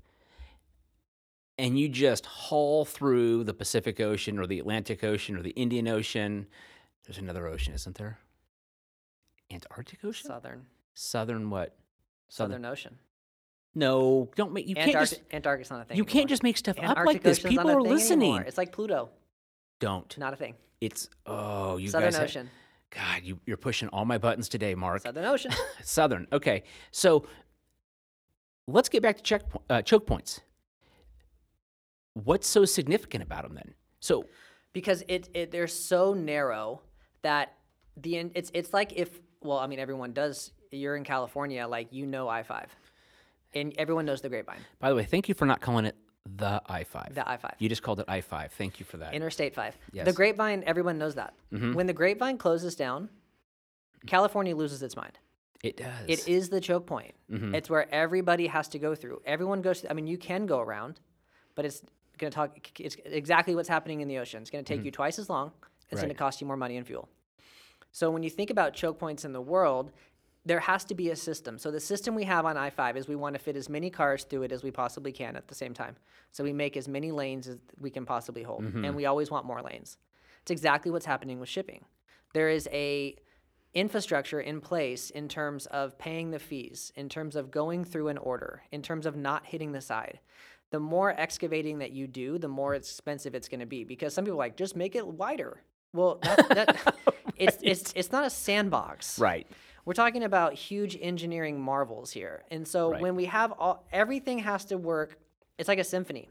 [SPEAKER 3] and you just haul through the Pacific Ocean or the Atlantic Ocean or the Indian Ocean. There's another ocean, isn't there? Antarctic Ocean.
[SPEAKER 2] Southern
[SPEAKER 3] Southern what?
[SPEAKER 2] Southern Ocean.
[SPEAKER 3] No, don't make you can't
[SPEAKER 2] Antarctic
[SPEAKER 3] just
[SPEAKER 2] Antarctic's not a thing.
[SPEAKER 3] you can't
[SPEAKER 2] anymore.
[SPEAKER 3] just make stuff up
[SPEAKER 2] Antarctic
[SPEAKER 3] like this.
[SPEAKER 2] Ocean's not
[SPEAKER 3] People
[SPEAKER 2] a
[SPEAKER 3] are
[SPEAKER 2] thing
[SPEAKER 3] listening.
[SPEAKER 2] Anymore. It's like Pluto.
[SPEAKER 3] Don't.
[SPEAKER 2] Not a thing.
[SPEAKER 3] It's oh, you
[SPEAKER 2] Southern
[SPEAKER 3] guys. ha-
[SPEAKER 2] Ocean.
[SPEAKER 3] God, you, you're pushing all my buttons today, Mark.
[SPEAKER 2] Southern Ocean.
[SPEAKER 3] [SIGHS] Southern. Okay. So let's get back to check, uh, choke points. What's so significant about them then? So,
[SPEAKER 2] because it, it they're so narrow that the en- it's it's like if well I mean everyone does you're in California like you know I five and everyone knows the Grapevine
[SPEAKER 3] by the way, thank you for not calling it the I 5.
[SPEAKER 2] the I five
[SPEAKER 3] You just called it I 5. Thank you for that.
[SPEAKER 2] Interstate five the
[SPEAKER 3] Yes.
[SPEAKER 2] Grapevine everyone knows that when the Grapevine closes down California loses its mind
[SPEAKER 3] it does.
[SPEAKER 2] It is the choke point. It's where everybody has to go through. Everyone goes. I mean, you can go around, but it's going to talk. It's exactly what's happening in the ocean. It's going to take you twice as long. It's going
[SPEAKER 3] Right.
[SPEAKER 2] to cost you more money and fuel. So when you think about choke points in the world, there has to be a system. So the system we have on I five is we want to fit as many cars through it as we possibly can at the same time. So we make as many lanes as we can possibly hold, and we always want more lanes. It's exactly what's happening with shipping. There is a infrastructure in place in terms of paying the fees, in terms of going through an order, in terms of not hitting the side. The more excavating that you do, the more expensive it's going to be because some people are like just make it wider. Well, that, that, it's, it's it's not a sandbox.
[SPEAKER 3] Right.
[SPEAKER 2] We're talking about huge engineering marvels here. And so
[SPEAKER 3] Right.
[SPEAKER 2] when we have all everything has to work, it's like a symphony.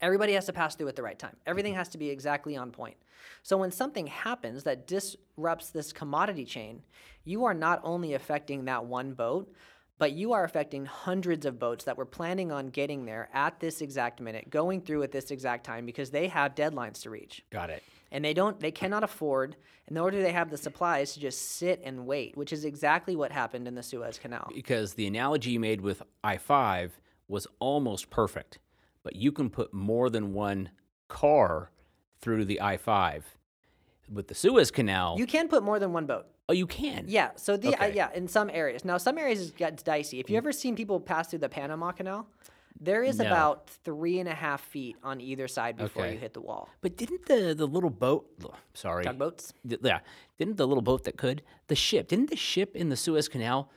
[SPEAKER 2] Everybody has to pass through at the right time. Everything has to be exactly on point. So when something happens that disrupts this commodity chain, you are not only affecting that one boat, but you are affecting hundreds of boats that were planning on getting there at this exact minute, going through at this exact time because they have deadlines to reach
[SPEAKER 3] Got it.
[SPEAKER 2] and they don't they cannot afford nor do they have the supplies to just sit and wait which is exactly what happened in the suez canal
[SPEAKER 3] Because the analogy you made with I 5 was almost perfect, but you can put more than one car through the I 5. With the Suez Canal,
[SPEAKER 2] you can put more than one boat
[SPEAKER 3] oh, you can.
[SPEAKER 2] yeah so the uh,
[SPEAKER 3] Okay.
[SPEAKER 2] yeah in some areas now some areas it gets dicey if you ever seen people pass through the panama canal there is
[SPEAKER 3] No.
[SPEAKER 2] about three and a half feet on either side before
[SPEAKER 3] Okay.
[SPEAKER 2] you hit the wall
[SPEAKER 3] But didn't the the little boat? l- Sorry,
[SPEAKER 2] tugboats
[SPEAKER 3] th- yeah, didn't the little boat that could the ship? Didn't the ship in the Suez Canal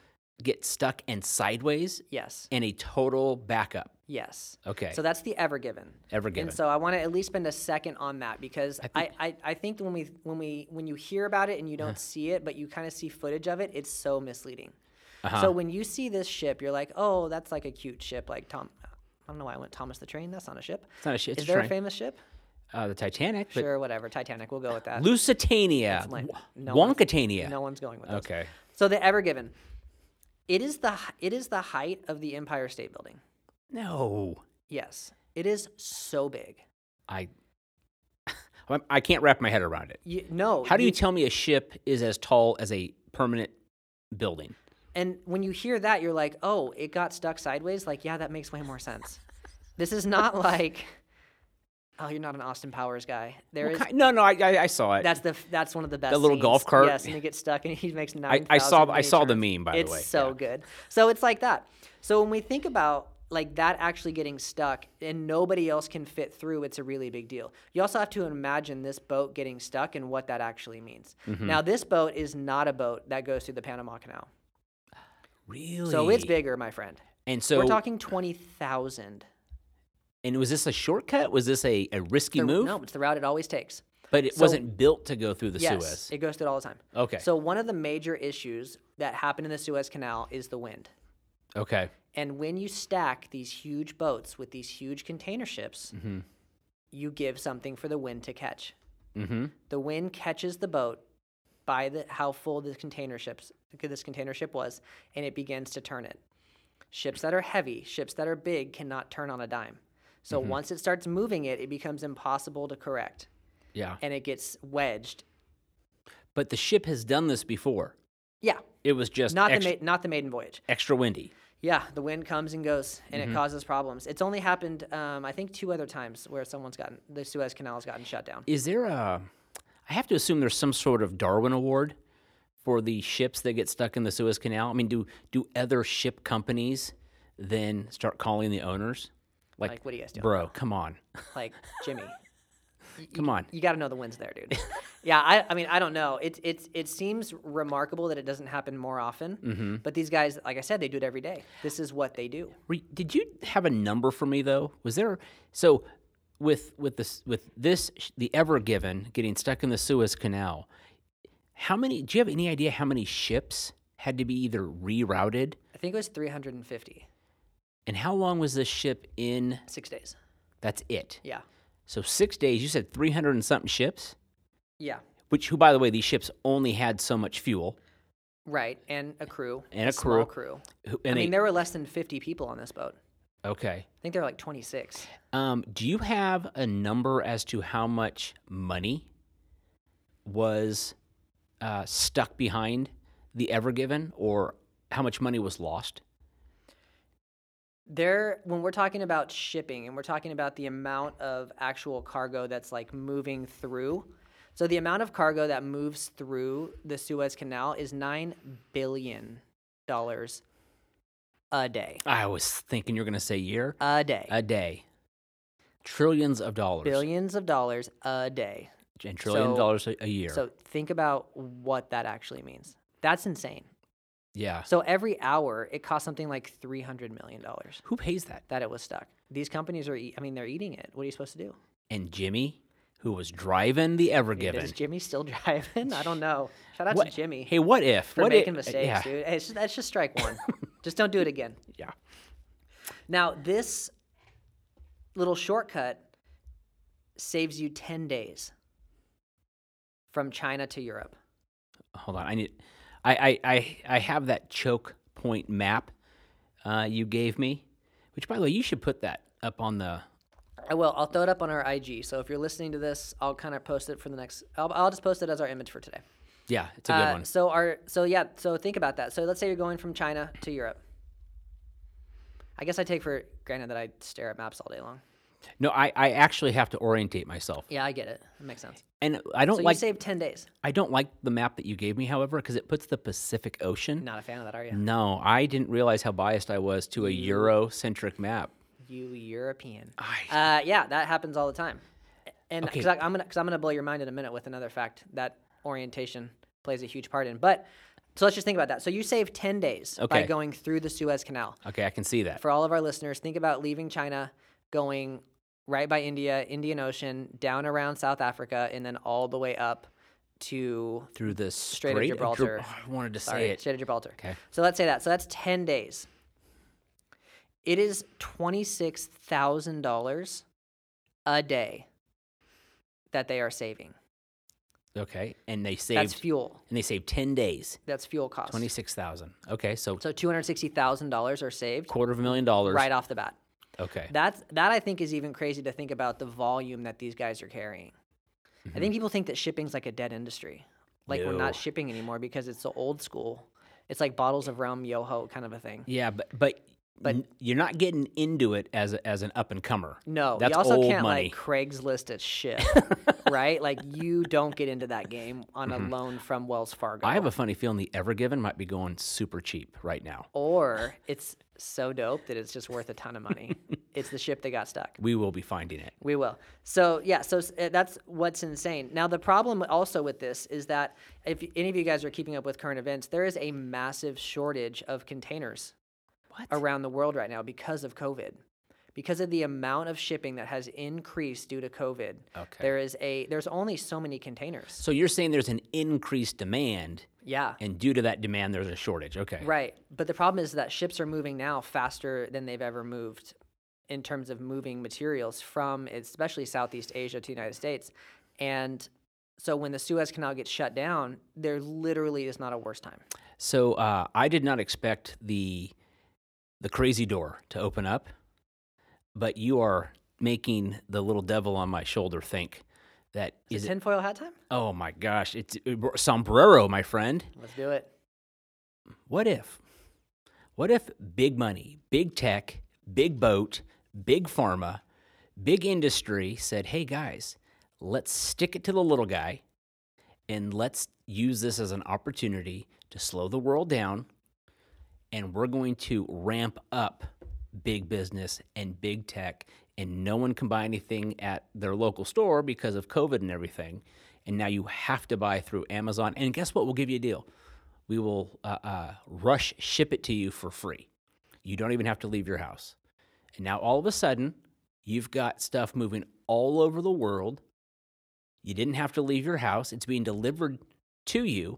[SPEAKER 3] get stuck and sideways
[SPEAKER 2] Yes.
[SPEAKER 3] and a total backup.
[SPEAKER 2] Yes.
[SPEAKER 3] Okay.
[SPEAKER 2] So that's the ever given.
[SPEAKER 3] Ever given.
[SPEAKER 2] And so I want to at least spend a second on that because I
[SPEAKER 3] think- Uh-huh.
[SPEAKER 2] I, I, think when we when we when you hear about it and you don't see it, but you kind of see footage of it, it's so misleading.
[SPEAKER 3] Uh-huh.
[SPEAKER 2] So when you see this ship, you're like, oh, that's like a cute ship, like Tom. I don't know why I went Thomas the Train. That's not a ship.
[SPEAKER 3] It's not a ship, it's
[SPEAKER 2] Is
[SPEAKER 3] a
[SPEAKER 2] there
[SPEAKER 3] train.
[SPEAKER 2] a famous ship?
[SPEAKER 3] uh, the Titanic. But
[SPEAKER 2] Sure, whatever. Titanic. We'll go with that.
[SPEAKER 3] Lusitania.
[SPEAKER 2] lame.
[SPEAKER 3] Wo-
[SPEAKER 2] No one's-
[SPEAKER 3] Wonkatania.
[SPEAKER 2] No one's going with those.
[SPEAKER 3] Okay.
[SPEAKER 2] So the Ever Given. It is the h- it is the height of the Empire State Building.
[SPEAKER 3] No.
[SPEAKER 2] Yes, it is so big.
[SPEAKER 3] I [LAUGHS] I'm- I can't wrap my head around it.
[SPEAKER 2] You, no.
[SPEAKER 3] How do you tell me a ship is as tall as a permanent building?
[SPEAKER 2] And when you hear that, you're like, oh, it got stuck sideways. Like, yeah, that makes way more sense. this is not like, oh, you're not an Austin Powers guy. There is.
[SPEAKER 3] Ki- No, no, I, I, I saw it.
[SPEAKER 2] That's the f- that's one of the best.
[SPEAKER 3] The little
[SPEAKER 2] scenes.
[SPEAKER 3] golf cart.
[SPEAKER 2] Yes, and he gets stuck and he makes
[SPEAKER 3] I,
[SPEAKER 2] nine.
[SPEAKER 3] I saw I saw the meme by
[SPEAKER 2] it's
[SPEAKER 3] the way.
[SPEAKER 2] so
[SPEAKER 3] Yeah.
[SPEAKER 2] good. So it's like that. So when we think about like that actually getting stuck and nobody else can fit through, it's a really big deal. You also have to imagine this boat getting stuck and what that actually means.
[SPEAKER 3] Mm-hmm.
[SPEAKER 2] Now, this boat is not a boat that goes through the Panama Canal.
[SPEAKER 3] Really?
[SPEAKER 2] So it's bigger, my friend.
[SPEAKER 3] And so
[SPEAKER 2] We're talking 20,000.
[SPEAKER 3] and was this a shortcut? Was this a, a risky
[SPEAKER 2] The-
[SPEAKER 3] move?
[SPEAKER 2] No, it's the route it always takes.
[SPEAKER 3] But it
[SPEAKER 2] So-
[SPEAKER 3] wasn't built to go through the
[SPEAKER 2] yes,
[SPEAKER 3] Suez.
[SPEAKER 2] it goes through it all the time.
[SPEAKER 3] Okay.
[SPEAKER 2] So one of the major issues that happened in the Suez Canal is the wind.
[SPEAKER 3] okay.
[SPEAKER 2] And when you stack these huge boats with these huge container ships, you give something for the wind to catch.
[SPEAKER 3] Mm-hmm.
[SPEAKER 2] The wind catches the boat by the, how full the container ships this container ship was, and it begins to turn it. Ships that are heavy, ships that are big, cannot turn on a dime. So once it starts moving it, it becomes impossible to correct,
[SPEAKER 3] Yeah.
[SPEAKER 2] and it gets wedged.
[SPEAKER 3] But the ship has done this before.
[SPEAKER 2] Yeah,
[SPEAKER 3] It was just
[SPEAKER 2] not
[SPEAKER 3] extra,
[SPEAKER 2] the ma- not the maiden voyage.
[SPEAKER 3] extra windy.
[SPEAKER 2] Yeah, the wind comes and goes, and it causes problems. It's only happened, um, I think, two other times where someone's gotten the Suez Canal has gotten shut down.
[SPEAKER 3] Is there a? I have to assume there's some sort of Darwin Award for the ships that get stuck in the Suez Canal. I mean, do do other ship companies then start calling the owners? Like,
[SPEAKER 2] Like, what are you guys doing?
[SPEAKER 3] bro, come on,
[SPEAKER 2] Like Jimmy,
[SPEAKER 3] come on.
[SPEAKER 2] you got to know the wind's there, dude. [LAUGHS] yeah, I, I mean, I don't know. It, it, it seems remarkable that it doesn't happen more often.
[SPEAKER 3] Mm-hmm.
[SPEAKER 2] But these guys, like I said, they do it every day. This is what they do.
[SPEAKER 3] Were, you- did you have a number for me though? Was there so with with this with this sh- the Ever Given getting stuck in the Suez Canal? How many? Do you have any idea how many ships had to be either rerouted
[SPEAKER 2] I think it was 350,
[SPEAKER 3] and how long was this ship in?
[SPEAKER 2] six days.
[SPEAKER 3] That's it.
[SPEAKER 2] Yeah,
[SPEAKER 3] So six days. You said three hundred and something ships.
[SPEAKER 2] yeah,
[SPEAKER 3] Which, who by the way, these ships only had so much fuel.
[SPEAKER 2] right. And a crew.
[SPEAKER 3] And a
[SPEAKER 2] small
[SPEAKER 3] crew.
[SPEAKER 2] crew.
[SPEAKER 3] Who-
[SPEAKER 2] I
[SPEAKER 3] And
[SPEAKER 2] mean,
[SPEAKER 3] they,
[SPEAKER 2] there were less than 50 people on this boat.
[SPEAKER 3] okay.
[SPEAKER 2] I think there were like 26.
[SPEAKER 3] Um, do you have a number as to how much money was uh, stuck behind the Ever Given, or how much money was lost?
[SPEAKER 2] There, when we're talking about shipping and we're talking about the amount of actual cargo that's like moving through, so the amount of cargo that moves through the Suez Canal is nine billion dollars a day.
[SPEAKER 3] I was thinking you're going to say year,
[SPEAKER 2] A day,
[SPEAKER 3] a day, trillions of dollars,
[SPEAKER 2] billions of dollars a day.
[SPEAKER 3] and trillion
[SPEAKER 2] So-
[SPEAKER 3] dollars a, a year.
[SPEAKER 2] So think about what that actually means. That's insane.
[SPEAKER 3] yeah.
[SPEAKER 2] So every hour, it costs something like three hundred million dollars
[SPEAKER 3] Who pays that?
[SPEAKER 2] that it was stuck. These companies are, eat- I mean, they're eating it. What are you supposed to do?
[SPEAKER 3] And Jimmy, who was driving the Ever
[SPEAKER 2] Is
[SPEAKER 3] Given.
[SPEAKER 2] Jimmy still [LAUGHS] driving? I don't know. Shout out
[SPEAKER 3] What-
[SPEAKER 2] to Jimmy
[SPEAKER 3] Hey, what if?
[SPEAKER 2] for
[SPEAKER 3] what
[SPEAKER 2] making
[SPEAKER 3] if,
[SPEAKER 2] mistakes,
[SPEAKER 3] yeah,
[SPEAKER 2] dude. Hey, it's just, that's just strike
[SPEAKER 3] [LAUGHS]
[SPEAKER 2] one. just don't do it again.
[SPEAKER 3] Yeah.
[SPEAKER 2] Now, this little shortcut saves you 10 days from China to Europe.
[SPEAKER 3] hold on. I need. I I I, I have that choke point map uh, you gave me, which by the way, you should put that up on the.
[SPEAKER 2] I will. I'll throw it up on our IG. So if you're listening to this, I'll kind of post it for the next. I'll, I'll just post it as our image for today.
[SPEAKER 3] Yeah, it's a good
[SPEAKER 2] Uh,
[SPEAKER 3] one.
[SPEAKER 2] So our so yeah, so think about that. So let's say you're going from China to Europe. I guess I take for granted that I stare at maps all day long.
[SPEAKER 3] No, I, I actually have to orientate myself,
[SPEAKER 2] Yeah, I get it. It makes sense.
[SPEAKER 3] and I don't
[SPEAKER 2] So
[SPEAKER 3] like
[SPEAKER 2] you saved ten days.
[SPEAKER 3] I don't like the map that you gave me, however, because it puts the Pacific Ocean.
[SPEAKER 2] Not a fan of that, are you?
[SPEAKER 3] No, I didn't realize how biased I was to a Eurocentric map.
[SPEAKER 2] You European.
[SPEAKER 3] I,
[SPEAKER 2] Uh, yeah, that happens all the time. And
[SPEAKER 3] Okay.
[SPEAKER 2] because I'm gonna because I'm gonna blow your mind in a minute with another fact that orientation plays a huge part in. But So let's just think about that. So you save 10 days by
[SPEAKER 3] Okay.
[SPEAKER 2] going through the Suez Canal.
[SPEAKER 3] Okay, I can see that.
[SPEAKER 2] For all of our listeners, think about leaving China, going right by India, Indian Ocean, down around South Africa, and then all the way up to
[SPEAKER 3] Through the
[SPEAKER 2] Strait
[SPEAKER 3] Strait
[SPEAKER 2] of
[SPEAKER 3] Gib-
[SPEAKER 2] Gibraltar.
[SPEAKER 3] oh, I wanted to
[SPEAKER 2] sorry,
[SPEAKER 3] say it.
[SPEAKER 2] Strait of Gibraltar.
[SPEAKER 3] Okay.
[SPEAKER 2] So let's say that. So that's 10 days. It is $26,000 a day that they are saving.
[SPEAKER 3] Okay, and they saved
[SPEAKER 2] That's fuel.
[SPEAKER 3] and they saved ten days,
[SPEAKER 2] That's fuel cost.
[SPEAKER 3] twenty six thousand. Okay, so
[SPEAKER 2] So $260,000 are saved
[SPEAKER 3] quarter of a million dollars.
[SPEAKER 2] right off the bat.
[SPEAKER 3] Okay.
[SPEAKER 2] That's that I think is even crazy to think about the volume that these guys are carrying. I think people think that shipping's like a dead industry. Like we're
[SPEAKER 3] Mm-hmm. No.
[SPEAKER 2] not shipping anymore because it's so old school. It's like bottles of rum, yoho kind of a thing.
[SPEAKER 3] yeah, but but
[SPEAKER 2] But-
[SPEAKER 3] n- you're not getting into it as a, as an up and comer.
[SPEAKER 2] No,
[SPEAKER 3] That's
[SPEAKER 2] you also
[SPEAKER 3] old
[SPEAKER 2] can't
[SPEAKER 3] money.
[SPEAKER 2] like Craigslist it
[SPEAKER 3] [LAUGHS]
[SPEAKER 2] shit, right? Like you don't get into that game on a loan from Wells Fargo.
[SPEAKER 3] Mm-hmm. I have a funny feeling the Ever Given might be going super cheap right now.
[SPEAKER 2] or it's so dope that it's just worth a ton of money.
[SPEAKER 3] [LAUGHS]
[SPEAKER 2] it's the ship that got stuck.
[SPEAKER 3] We will be finding it.
[SPEAKER 2] We will. So yeah, so s- uh, that's what's insane. Now the problem also with this is that if y- any of you guys are keeping up with current events, there is a massive shortage of containers
[SPEAKER 3] What?
[SPEAKER 2] around the world right now because of COVID. Because of the amount of shipping that has increased due to COVID,
[SPEAKER 3] Okay.
[SPEAKER 2] there is a there's only so many containers.
[SPEAKER 3] So you're saying there's an increased demand,
[SPEAKER 2] Yeah.
[SPEAKER 3] and due to that demand, there's a shortage. Okay.
[SPEAKER 2] Right. But the problem is that ships are moving now faster than they've ever moved in terms of moving materials from especially Southeast Asia to the United States. And so when the Suez Canal gets shut down, there literally is not a worse time.
[SPEAKER 3] So uh, I did not expect the the crazy door to open up, but you are making the little devil on my shoulder think that
[SPEAKER 2] Is,
[SPEAKER 3] is,
[SPEAKER 2] it
[SPEAKER 3] it.
[SPEAKER 2] tinfoil hat time?
[SPEAKER 3] Oh my gosh! It's uh, sombrero, my friend.
[SPEAKER 2] Let's do it.
[SPEAKER 3] What if? What if big money, big tech, big boat, big pharma, big industry said, hey guys, let's stick it to the little guy and let's use this as an opportunity to slow the world down and we're going to ramp up big business and big tech and no one can buy anything at their local store because of covid and everything and now you have to buy through amazon and guess what we'll give you a deal we will uh, uh, rush ship it to you for free you don't even have to leave your house and now all of a sudden you've got stuff moving all over the world you didn't have to leave your house it's being delivered to you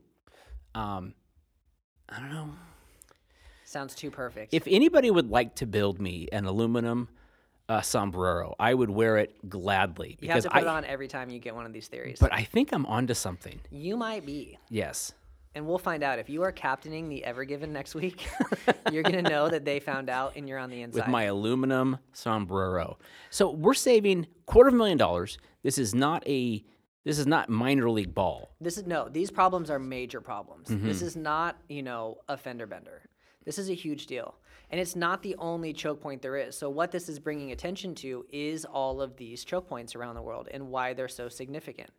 [SPEAKER 3] um, i don't know
[SPEAKER 2] Sounds too perfect.
[SPEAKER 3] if anybody would like to build me an aluminum uh, sombrero, I would wear it gladly
[SPEAKER 2] you have
[SPEAKER 3] because
[SPEAKER 2] to put it
[SPEAKER 3] I.
[SPEAKER 2] on every time you get one of these theories.
[SPEAKER 3] But I think I'm onto something.
[SPEAKER 2] you might be.
[SPEAKER 3] Yes.
[SPEAKER 2] And we'll find out if you are captaining the Ever Given next week. [LAUGHS] you're gonna know that they found out, and you're on the inside.
[SPEAKER 3] with my aluminum sombrero. So we're saving quarter of a million dollars. This is not a this is not minor league ball.
[SPEAKER 2] This is no, these problems are major problems.
[SPEAKER 3] Mm-hmm.
[SPEAKER 2] This is not, you know, a fender bender. This is a huge deal. And it's not the only choke point there is. So, what this is bringing attention to is all of these choke points around the world and why they're so significant,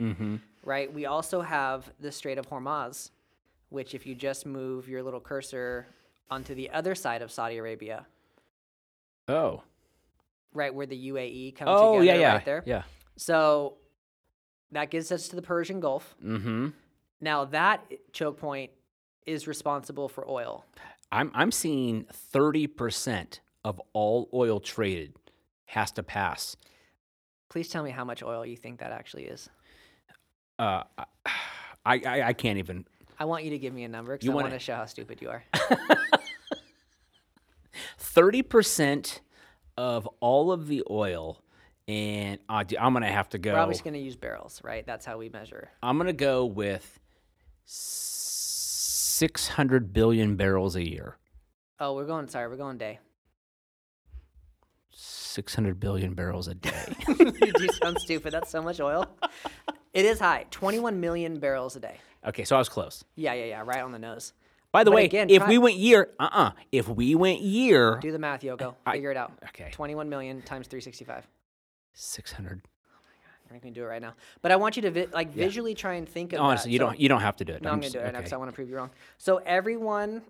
[SPEAKER 2] right? We also have the Strait of Hormuz, which, if you just move your little cursor onto the other side of Saudi Arabia,
[SPEAKER 3] Oh.
[SPEAKER 2] right where the UAE comes
[SPEAKER 3] Oh yeah
[SPEAKER 2] together,
[SPEAKER 3] yeah
[SPEAKER 2] right there.
[SPEAKER 3] yeah.
[SPEAKER 2] So, that gets us to the Persian Gulf.
[SPEAKER 3] Mm-hmm.
[SPEAKER 2] Now that i- choke point is responsible for oil.
[SPEAKER 3] I'm I'm seeing thirty percent of all oil traded has to pass.
[SPEAKER 2] Please tell me how much oil you think that actually is.
[SPEAKER 3] Uh, I, I I can't even.
[SPEAKER 2] I want you to give me a number because
[SPEAKER 3] You
[SPEAKER 2] I
[SPEAKER 3] wanna-
[SPEAKER 2] want to show how stupid you are.
[SPEAKER 3] Thirty percent of all of the oil, and I, I'm gonna have to [LAUGHS] go.
[SPEAKER 2] We're always going to use barrels, right? That's how we measure.
[SPEAKER 3] I'm gonna go with six hundred billion barrels a year.
[SPEAKER 2] Oh, we're going. Sorry, we're going day. [LAUGHS]
[SPEAKER 3] Six hundred billion barrels
[SPEAKER 2] [LAUGHS]
[SPEAKER 3] a day.
[SPEAKER 2] you do sound stupid. That's so much oil. It is high. 21 million barrels a day.
[SPEAKER 3] okay, so I was close.
[SPEAKER 2] Yeah, yeah, yeah. Right on the nose.
[SPEAKER 3] By the
[SPEAKER 2] But
[SPEAKER 3] way,
[SPEAKER 2] again,
[SPEAKER 3] if
[SPEAKER 2] try-
[SPEAKER 3] we went year, uh, uh if we went year,
[SPEAKER 2] Do the math, Yoko. Figure it out.
[SPEAKER 3] okay,
[SPEAKER 2] 21 million times 365.
[SPEAKER 3] six hundred.
[SPEAKER 2] We're not going to do it right now. But I want you to vi- like visually try and think of
[SPEAKER 3] Honestly,
[SPEAKER 2] that.
[SPEAKER 3] you
[SPEAKER 2] uh, So-
[SPEAKER 3] don't you don't have to do it.
[SPEAKER 2] No, I'm, gonna
[SPEAKER 3] just-
[SPEAKER 2] do it right now
[SPEAKER 3] okay.
[SPEAKER 2] because I want to prove you wrong. So everyone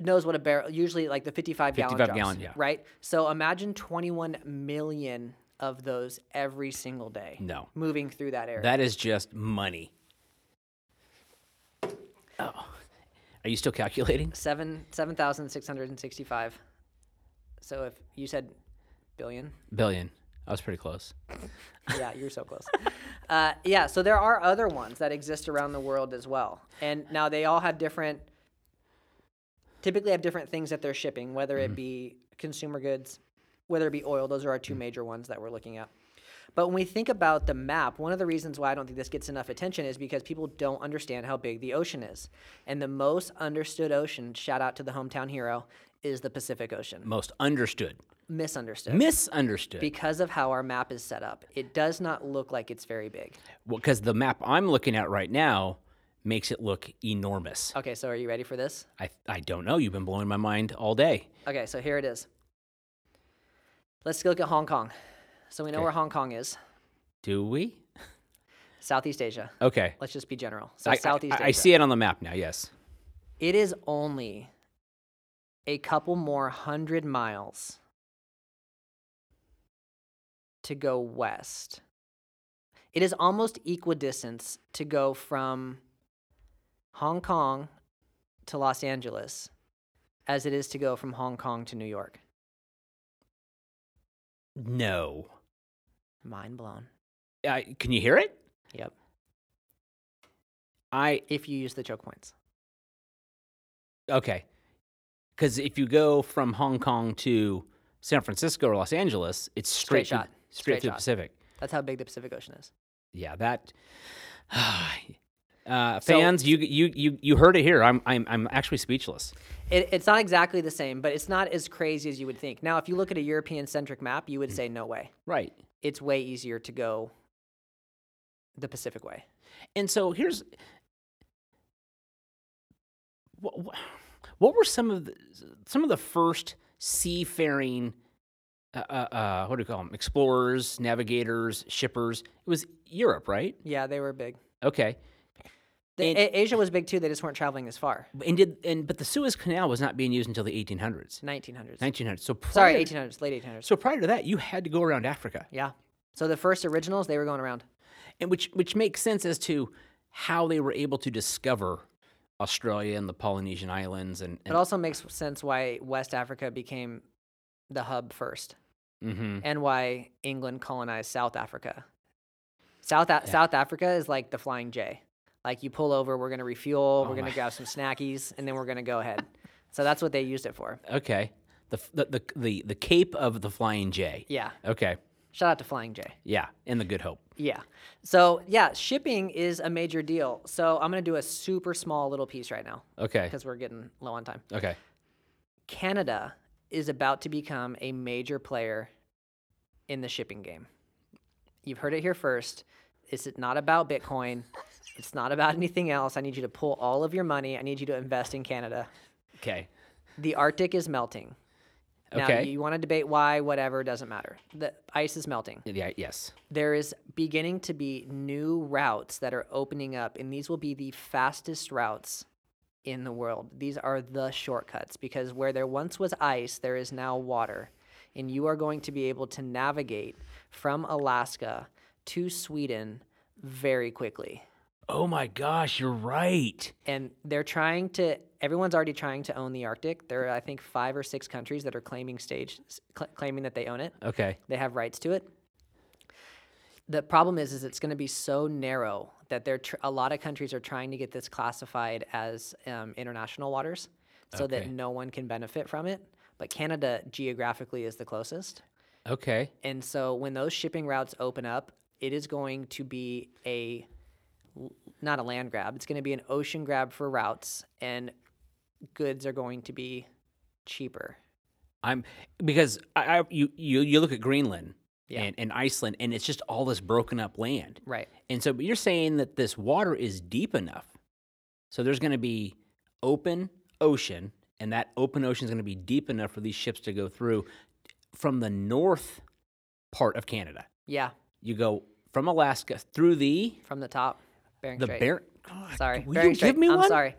[SPEAKER 2] knows what a barrel usually like the 55 gallon
[SPEAKER 3] 55
[SPEAKER 2] drums,
[SPEAKER 3] gallon, yeah.
[SPEAKER 2] right? So imagine 21 million of those every single day
[SPEAKER 3] No,
[SPEAKER 2] moving through that area.
[SPEAKER 3] that is just money. Oh. Are you still calculating?
[SPEAKER 2] Seven seven thousand six hundred and sixty five. So if you said billion,
[SPEAKER 3] Billion. I was pretty close.
[SPEAKER 2] yeah, you're so close. Uh, yeah, so there are other ones that exist around the world as well, and now they all have different. Typically, have different things that they're shipping, whether it be consumer goods, whether it be oil. Those are our 2 major ones that we're looking at. But when we think about the map, one of the reasons why I don't think this gets enough attention is because people don't understand how big the ocean is. And the most understood ocean, shout out to the hometown hero, is the Pacific Ocean.
[SPEAKER 3] Most understood.
[SPEAKER 2] Misunderstood
[SPEAKER 3] Misunderstood.
[SPEAKER 2] because of how our map is set up. It does not look like it's very big.
[SPEAKER 3] Well, because the map I'm looking at right now makes it look enormous.
[SPEAKER 2] Okay, so are you ready for this?
[SPEAKER 3] I, I don't know. You've been blowing my mind all day.
[SPEAKER 2] Okay, so here it is. Let's look at Hong Kong. So we know
[SPEAKER 3] Okay.
[SPEAKER 2] where Hong Kong is,
[SPEAKER 3] Do we?
[SPEAKER 2] Southeast Asia.
[SPEAKER 3] Okay.
[SPEAKER 2] Let's just be general. So
[SPEAKER 3] I, I-
[SPEAKER 2] Southeast
[SPEAKER 3] I,
[SPEAKER 2] Asia.
[SPEAKER 3] I see it on the map now. Yes.
[SPEAKER 2] It is only a couple more hundred miles to go west. It is almost equidistance to go from Hong Kong to Los Angeles as it is to go from Hong Kong to New York.
[SPEAKER 3] No.
[SPEAKER 2] Mind blown.
[SPEAKER 3] Uh, can you hear it?
[SPEAKER 2] Yep.
[SPEAKER 3] I
[SPEAKER 2] If you use the choke points.
[SPEAKER 3] okay. Because if you go from Hong Kong to San Francisco or Los Angeles, it's straight,
[SPEAKER 2] Straight
[SPEAKER 3] through-
[SPEAKER 2] shot.
[SPEAKER 3] straight,
[SPEAKER 2] Straight
[SPEAKER 3] through the
[SPEAKER 2] shot.
[SPEAKER 3] Pacific.
[SPEAKER 2] That's how big the Pacific Ocean is.
[SPEAKER 3] Yeah, that. [SIGHS] Uh,
[SPEAKER 2] So-
[SPEAKER 3] fans, you, you you you heard it here. I'm I'm I'm actually speechless.
[SPEAKER 2] It, it's not exactly the same, but it's not as crazy as you would think. Now, if you look at a European centric map, you would say, no way.
[SPEAKER 3] Right.
[SPEAKER 2] It's way easier to go the Pacific way.
[SPEAKER 3] And so here's what, what were some of the some of the first seafaring uh, uh, uh, what do you call them? Explorers, navigators, shippers. It was Europe, right?
[SPEAKER 2] Yeah, they were big.
[SPEAKER 3] Okay.
[SPEAKER 2] The,
[SPEAKER 3] And-
[SPEAKER 2] A- Asia was big too. They just weren't traveling as far.
[SPEAKER 3] And did and but the Suez Canal was not being used until the 1800s,
[SPEAKER 2] 1900s.
[SPEAKER 3] 1900s. So prior,
[SPEAKER 2] Sorry, 1800s, late 1800s.
[SPEAKER 3] So prior to that, you had to go around Africa,
[SPEAKER 2] yeah. So the first originals, they were going around.
[SPEAKER 3] and which which makes sense as to how they were able to discover Australia and the Polynesian islands and,
[SPEAKER 2] It also makes sense why West Africa became the hub first.
[SPEAKER 3] hmm
[SPEAKER 2] and why England colonized South Africa. South A- South Africa is like the flying J. Like you pull over, we're gonna refuel, we're gonna
[SPEAKER 3] my.
[SPEAKER 2] grab some snackies, and then we're gonna go ahead. so that's what they used it for.
[SPEAKER 3] Okay. The, f- the, the, the, the cape of the flying J.
[SPEAKER 2] Yeah.
[SPEAKER 3] Okay.
[SPEAKER 2] Shout out to Flying J.
[SPEAKER 3] Yeah. And the Good Hope.
[SPEAKER 2] Yeah. So yeah, shipping is a major deal. So I'm gonna do a super small little piece right now
[SPEAKER 3] Okay.
[SPEAKER 2] because we're getting low on time.
[SPEAKER 3] Okay.
[SPEAKER 2] Canada is about to become a major player in the shipping game. You've heard it here first. It's not about Bitcoin. It's not about anything else. I need you to pull all of your money. I need you to invest in Canada.
[SPEAKER 3] Okay.
[SPEAKER 2] The Arctic is melting. Now,
[SPEAKER 3] Okay.
[SPEAKER 2] you want to debate why, whatever, doesn't matter. The ice is melting.
[SPEAKER 3] Yeah. Yes.
[SPEAKER 2] There is beginning to be new routes that are opening up, and these will be the fastest routes in the world. These are the shortcuts because where there once was ice, there is now water. And you are going to be able to navigate from Alaska to Sweden very quickly.
[SPEAKER 3] Oh my gosh, you're right.
[SPEAKER 2] And they're trying to, everyone's already trying to own the Arctic. There are, I think, five or six countries that are claiming stage, cl- claiming that they own it
[SPEAKER 3] Okay.
[SPEAKER 2] they have rights to it. The problem is, is it's going to be so narrow that they're tr- a lot of countries are trying to get this classified as um, international waters, so
[SPEAKER 3] Okay.
[SPEAKER 2] that no one can benefit from it. But Canada geographically is the closest,
[SPEAKER 3] Okay.
[SPEAKER 2] and so when those shipping routes open up, it is going to be a l- not a land grab. It's going to be an ocean grab for routes, and goods are going to be cheaper.
[SPEAKER 3] I'm because I, I you, you you look at Greenland
[SPEAKER 2] Yeah.
[SPEAKER 3] and, and Iceland and it's just all this broken up land.
[SPEAKER 2] Right.
[SPEAKER 3] And so but you're saying that this water is deep enough. So there's going to be open ocean, and that open ocean is going to be deep enough for these ships to go through from the north part of Canada.
[SPEAKER 2] Yeah.
[SPEAKER 3] You go from Alaska through the
[SPEAKER 2] From the top. Bering
[SPEAKER 3] the
[SPEAKER 2] Strait.
[SPEAKER 3] Bar- God,
[SPEAKER 2] Sorry.
[SPEAKER 3] Will
[SPEAKER 2] Bering
[SPEAKER 3] you
[SPEAKER 2] Strait.
[SPEAKER 3] give me
[SPEAKER 2] I'm
[SPEAKER 3] one?
[SPEAKER 2] sorry.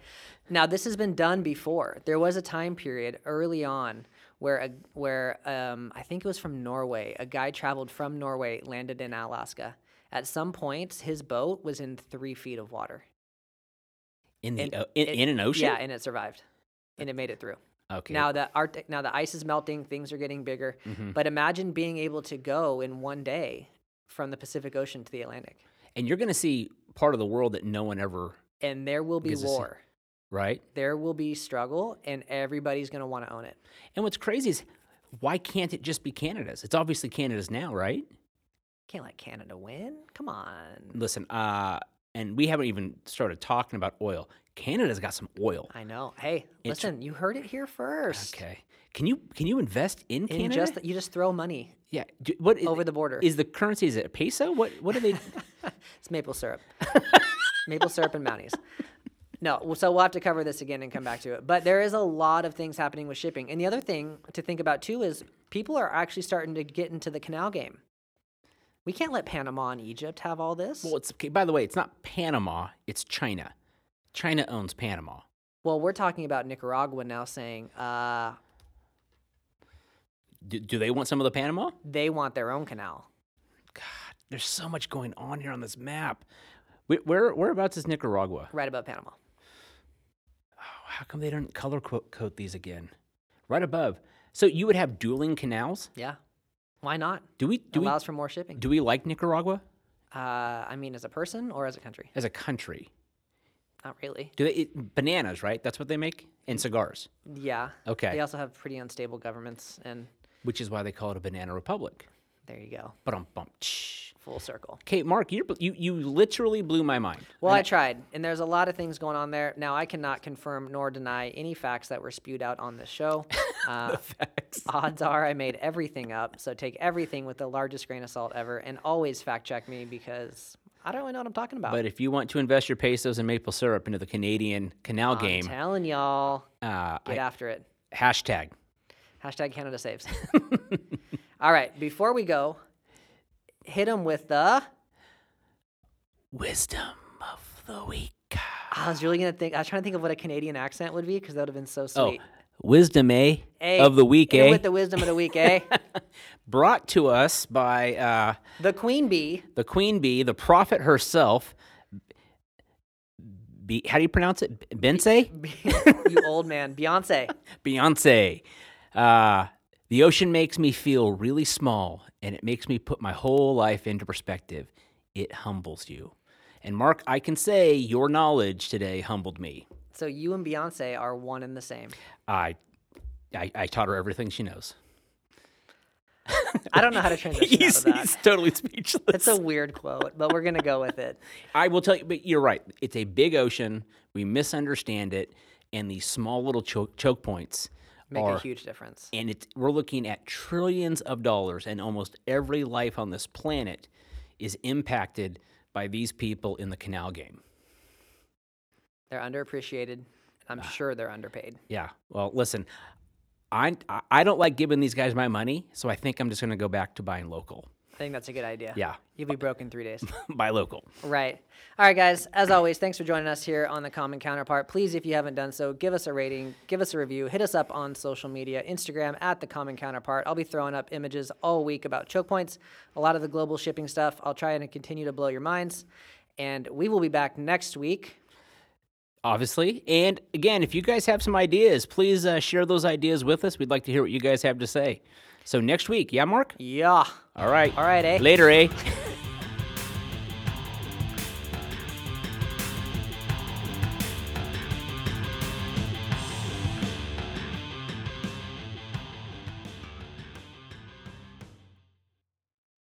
[SPEAKER 2] Now this has been done before. There was a time period early on where a, where um, I think it was from Norway. A guy traveled from Norway, landed in Alaska. At some points, his boat was in three feet of water.
[SPEAKER 3] in the
[SPEAKER 2] And
[SPEAKER 3] o- in,
[SPEAKER 2] it-
[SPEAKER 3] in an ocean.
[SPEAKER 2] Yeah, and it survived, and it made it through.
[SPEAKER 3] okay.
[SPEAKER 2] Now the Arctic, now the ice is melting, things are getting bigger.
[SPEAKER 3] Mhm.
[SPEAKER 2] But imagine being able to go in one day from the Pacific Ocean to the Atlantic,
[SPEAKER 3] and you're going to see part of the world that no one ever
[SPEAKER 2] and there will be
[SPEAKER 3] Because it's-
[SPEAKER 2] war.
[SPEAKER 3] right.
[SPEAKER 2] There will be struggle, and everybody's going to want to own it.
[SPEAKER 3] And what's crazy is why can't it just be Canada's? It's obviously Canada's now, right?
[SPEAKER 2] Can't let Canada win. Come on.
[SPEAKER 3] Listen, uh, and we haven't even started talking about oil. Canada's got some oil.
[SPEAKER 2] I know. Hey,
[SPEAKER 3] It's-
[SPEAKER 2] listen, you heard it here first.
[SPEAKER 3] Okay. Can you can you invest in
[SPEAKER 2] And you
[SPEAKER 3] Canada?
[SPEAKER 2] just you just throw money
[SPEAKER 3] yeah. Do, what is,
[SPEAKER 2] over the border.
[SPEAKER 3] is the currency? Is it a peso? What what are
[SPEAKER 2] [LAUGHS]
[SPEAKER 3] they?
[SPEAKER 2] It's maple
[SPEAKER 3] [LAUGHS]
[SPEAKER 2] syrup. maple syrup and mounties. No, well, so we'll have to cover this again and come back to it. But there is a lot of things happening with shipping. And the other thing to think about too is people are actually starting to get into the canal game. We can't let Panama and Egypt have all this.
[SPEAKER 3] well, it's okay, by the way, it's not Panama. It's China. China owns Panama.
[SPEAKER 2] Well, we're talking about Nicaragua now saying uh,
[SPEAKER 3] Do, do they want some of the Panama?
[SPEAKER 2] they want their own canal.
[SPEAKER 3] There's so much going on here on this map. Where, where whereabouts is Nicaragua? Oh,
[SPEAKER 2] Right above Panama.
[SPEAKER 3] How come they don't color co- code these again? Right above. So you would have dueling canals.
[SPEAKER 2] Yeah. Why not?
[SPEAKER 3] Do we do
[SPEAKER 2] Allows for more shipping.
[SPEAKER 3] we do we like Nicaragua
[SPEAKER 2] uh, I mean, as a person or as a country?
[SPEAKER 3] as a country?
[SPEAKER 2] Not really.
[SPEAKER 3] Do they it, bananas? Right, that's what they make and cigars,
[SPEAKER 2] Yeah.
[SPEAKER 3] Okay.
[SPEAKER 2] They also have pretty unstable governments, and
[SPEAKER 3] which is why they call it a banana republic.
[SPEAKER 2] there you go.
[SPEAKER 3] But I'm bumped. Shh.
[SPEAKER 2] full circle.
[SPEAKER 3] Okay, Mark, you're, bl- you you literally blew my
[SPEAKER 2] [LAUGHS]
[SPEAKER 3] mind.
[SPEAKER 2] Well, I tried, and there's a lot of things going on there. Now, I cannot confirm nor deny any facts that were spewed out on this
[SPEAKER 3] [LAUGHS]
[SPEAKER 2] show. Uh, odds are I made everything up, so take everything with the largest grain of salt ever, and always fact check me because I don't really know what I'm talking about.
[SPEAKER 3] But if you want to invest your pesos and maple syrup into the Canadian canal
[SPEAKER 2] I'm
[SPEAKER 3] game,
[SPEAKER 2] telling y'all,
[SPEAKER 3] uh,
[SPEAKER 2] get
[SPEAKER 3] I-
[SPEAKER 2] after it.
[SPEAKER 3] hashtag.
[SPEAKER 2] Hashtag Canada saves. [LAUGHS] All right, before we go, hit them with the.
[SPEAKER 3] Wisdom of the week.
[SPEAKER 2] I was really gonna think. I was trying to think of what a Canadian accent would be because that would have been so
[SPEAKER 3] Oh,
[SPEAKER 2] sweet.
[SPEAKER 3] wisdom, eh?
[SPEAKER 2] Hey,
[SPEAKER 3] of the week,
[SPEAKER 2] hit 'em
[SPEAKER 3] eh?
[SPEAKER 2] With the wisdom of the week,
[SPEAKER 3] [LAUGHS]
[SPEAKER 2] eh?
[SPEAKER 3] Brought to us by uh,
[SPEAKER 2] The queen bee, [LAUGHS]
[SPEAKER 3] the queen bee, the prophet herself. Be, how do you pronounce it? Beyonce?
[SPEAKER 2] you old man, Beyonce.
[SPEAKER 3] Beyonce. Uh, the ocean makes me feel really small, and it makes me put my whole life into perspective. It humbles you. And Mark, I can say your knowledge today humbled me.
[SPEAKER 2] So you and Beyonce are one and the same.
[SPEAKER 3] I, I, I taught her everything she knows.
[SPEAKER 2] I don't know how to transition out of
[SPEAKER 3] [LAUGHS] He's,
[SPEAKER 2] that.
[SPEAKER 3] he's totally speechless.
[SPEAKER 2] That's a weird quote, but we're gonna go with it.
[SPEAKER 3] I will tell you, but you're right. It's a big ocean. We misunderstand it, and these small little choke, choke points
[SPEAKER 2] Make
[SPEAKER 3] are.
[SPEAKER 2] a huge difference.
[SPEAKER 3] And it's we're looking at trillions of dollars, and almost every life on this planet is impacted by these people in the canal game.
[SPEAKER 2] They're underappreciated. and
[SPEAKER 3] Ah.
[SPEAKER 2] I'm sure they're underpaid.
[SPEAKER 3] Yeah. Well, listen, I I- I don't like giving these guys my money, so I think I'm just going to go back to buying local. [LAUGHS]
[SPEAKER 2] I think that's a good idea.
[SPEAKER 3] Yeah,
[SPEAKER 2] You'll be broke in three
[SPEAKER 3] [LAUGHS]
[SPEAKER 2] days.
[SPEAKER 3] buy local.
[SPEAKER 2] Right. All right, guys. As always, thanks for joining us here on the Common Counterpart. Please, if you haven't done so, give us a rating, give us a review, hit us up on social media, Instagram at the Common Counterpart. I'll be throwing up images all week about choke points, a lot of the global shipping stuff. I'll try and continue to blow your minds. And we will be back next week.
[SPEAKER 3] obviously. And again, if you guys have some ideas, please uh, share those ideas with us. We'd like to hear what you guys have to say. So next week, yeah, Mark?
[SPEAKER 2] Yeah.
[SPEAKER 3] All right.
[SPEAKER 2] All right, eh?
[SPEAKER 3] Later, eh?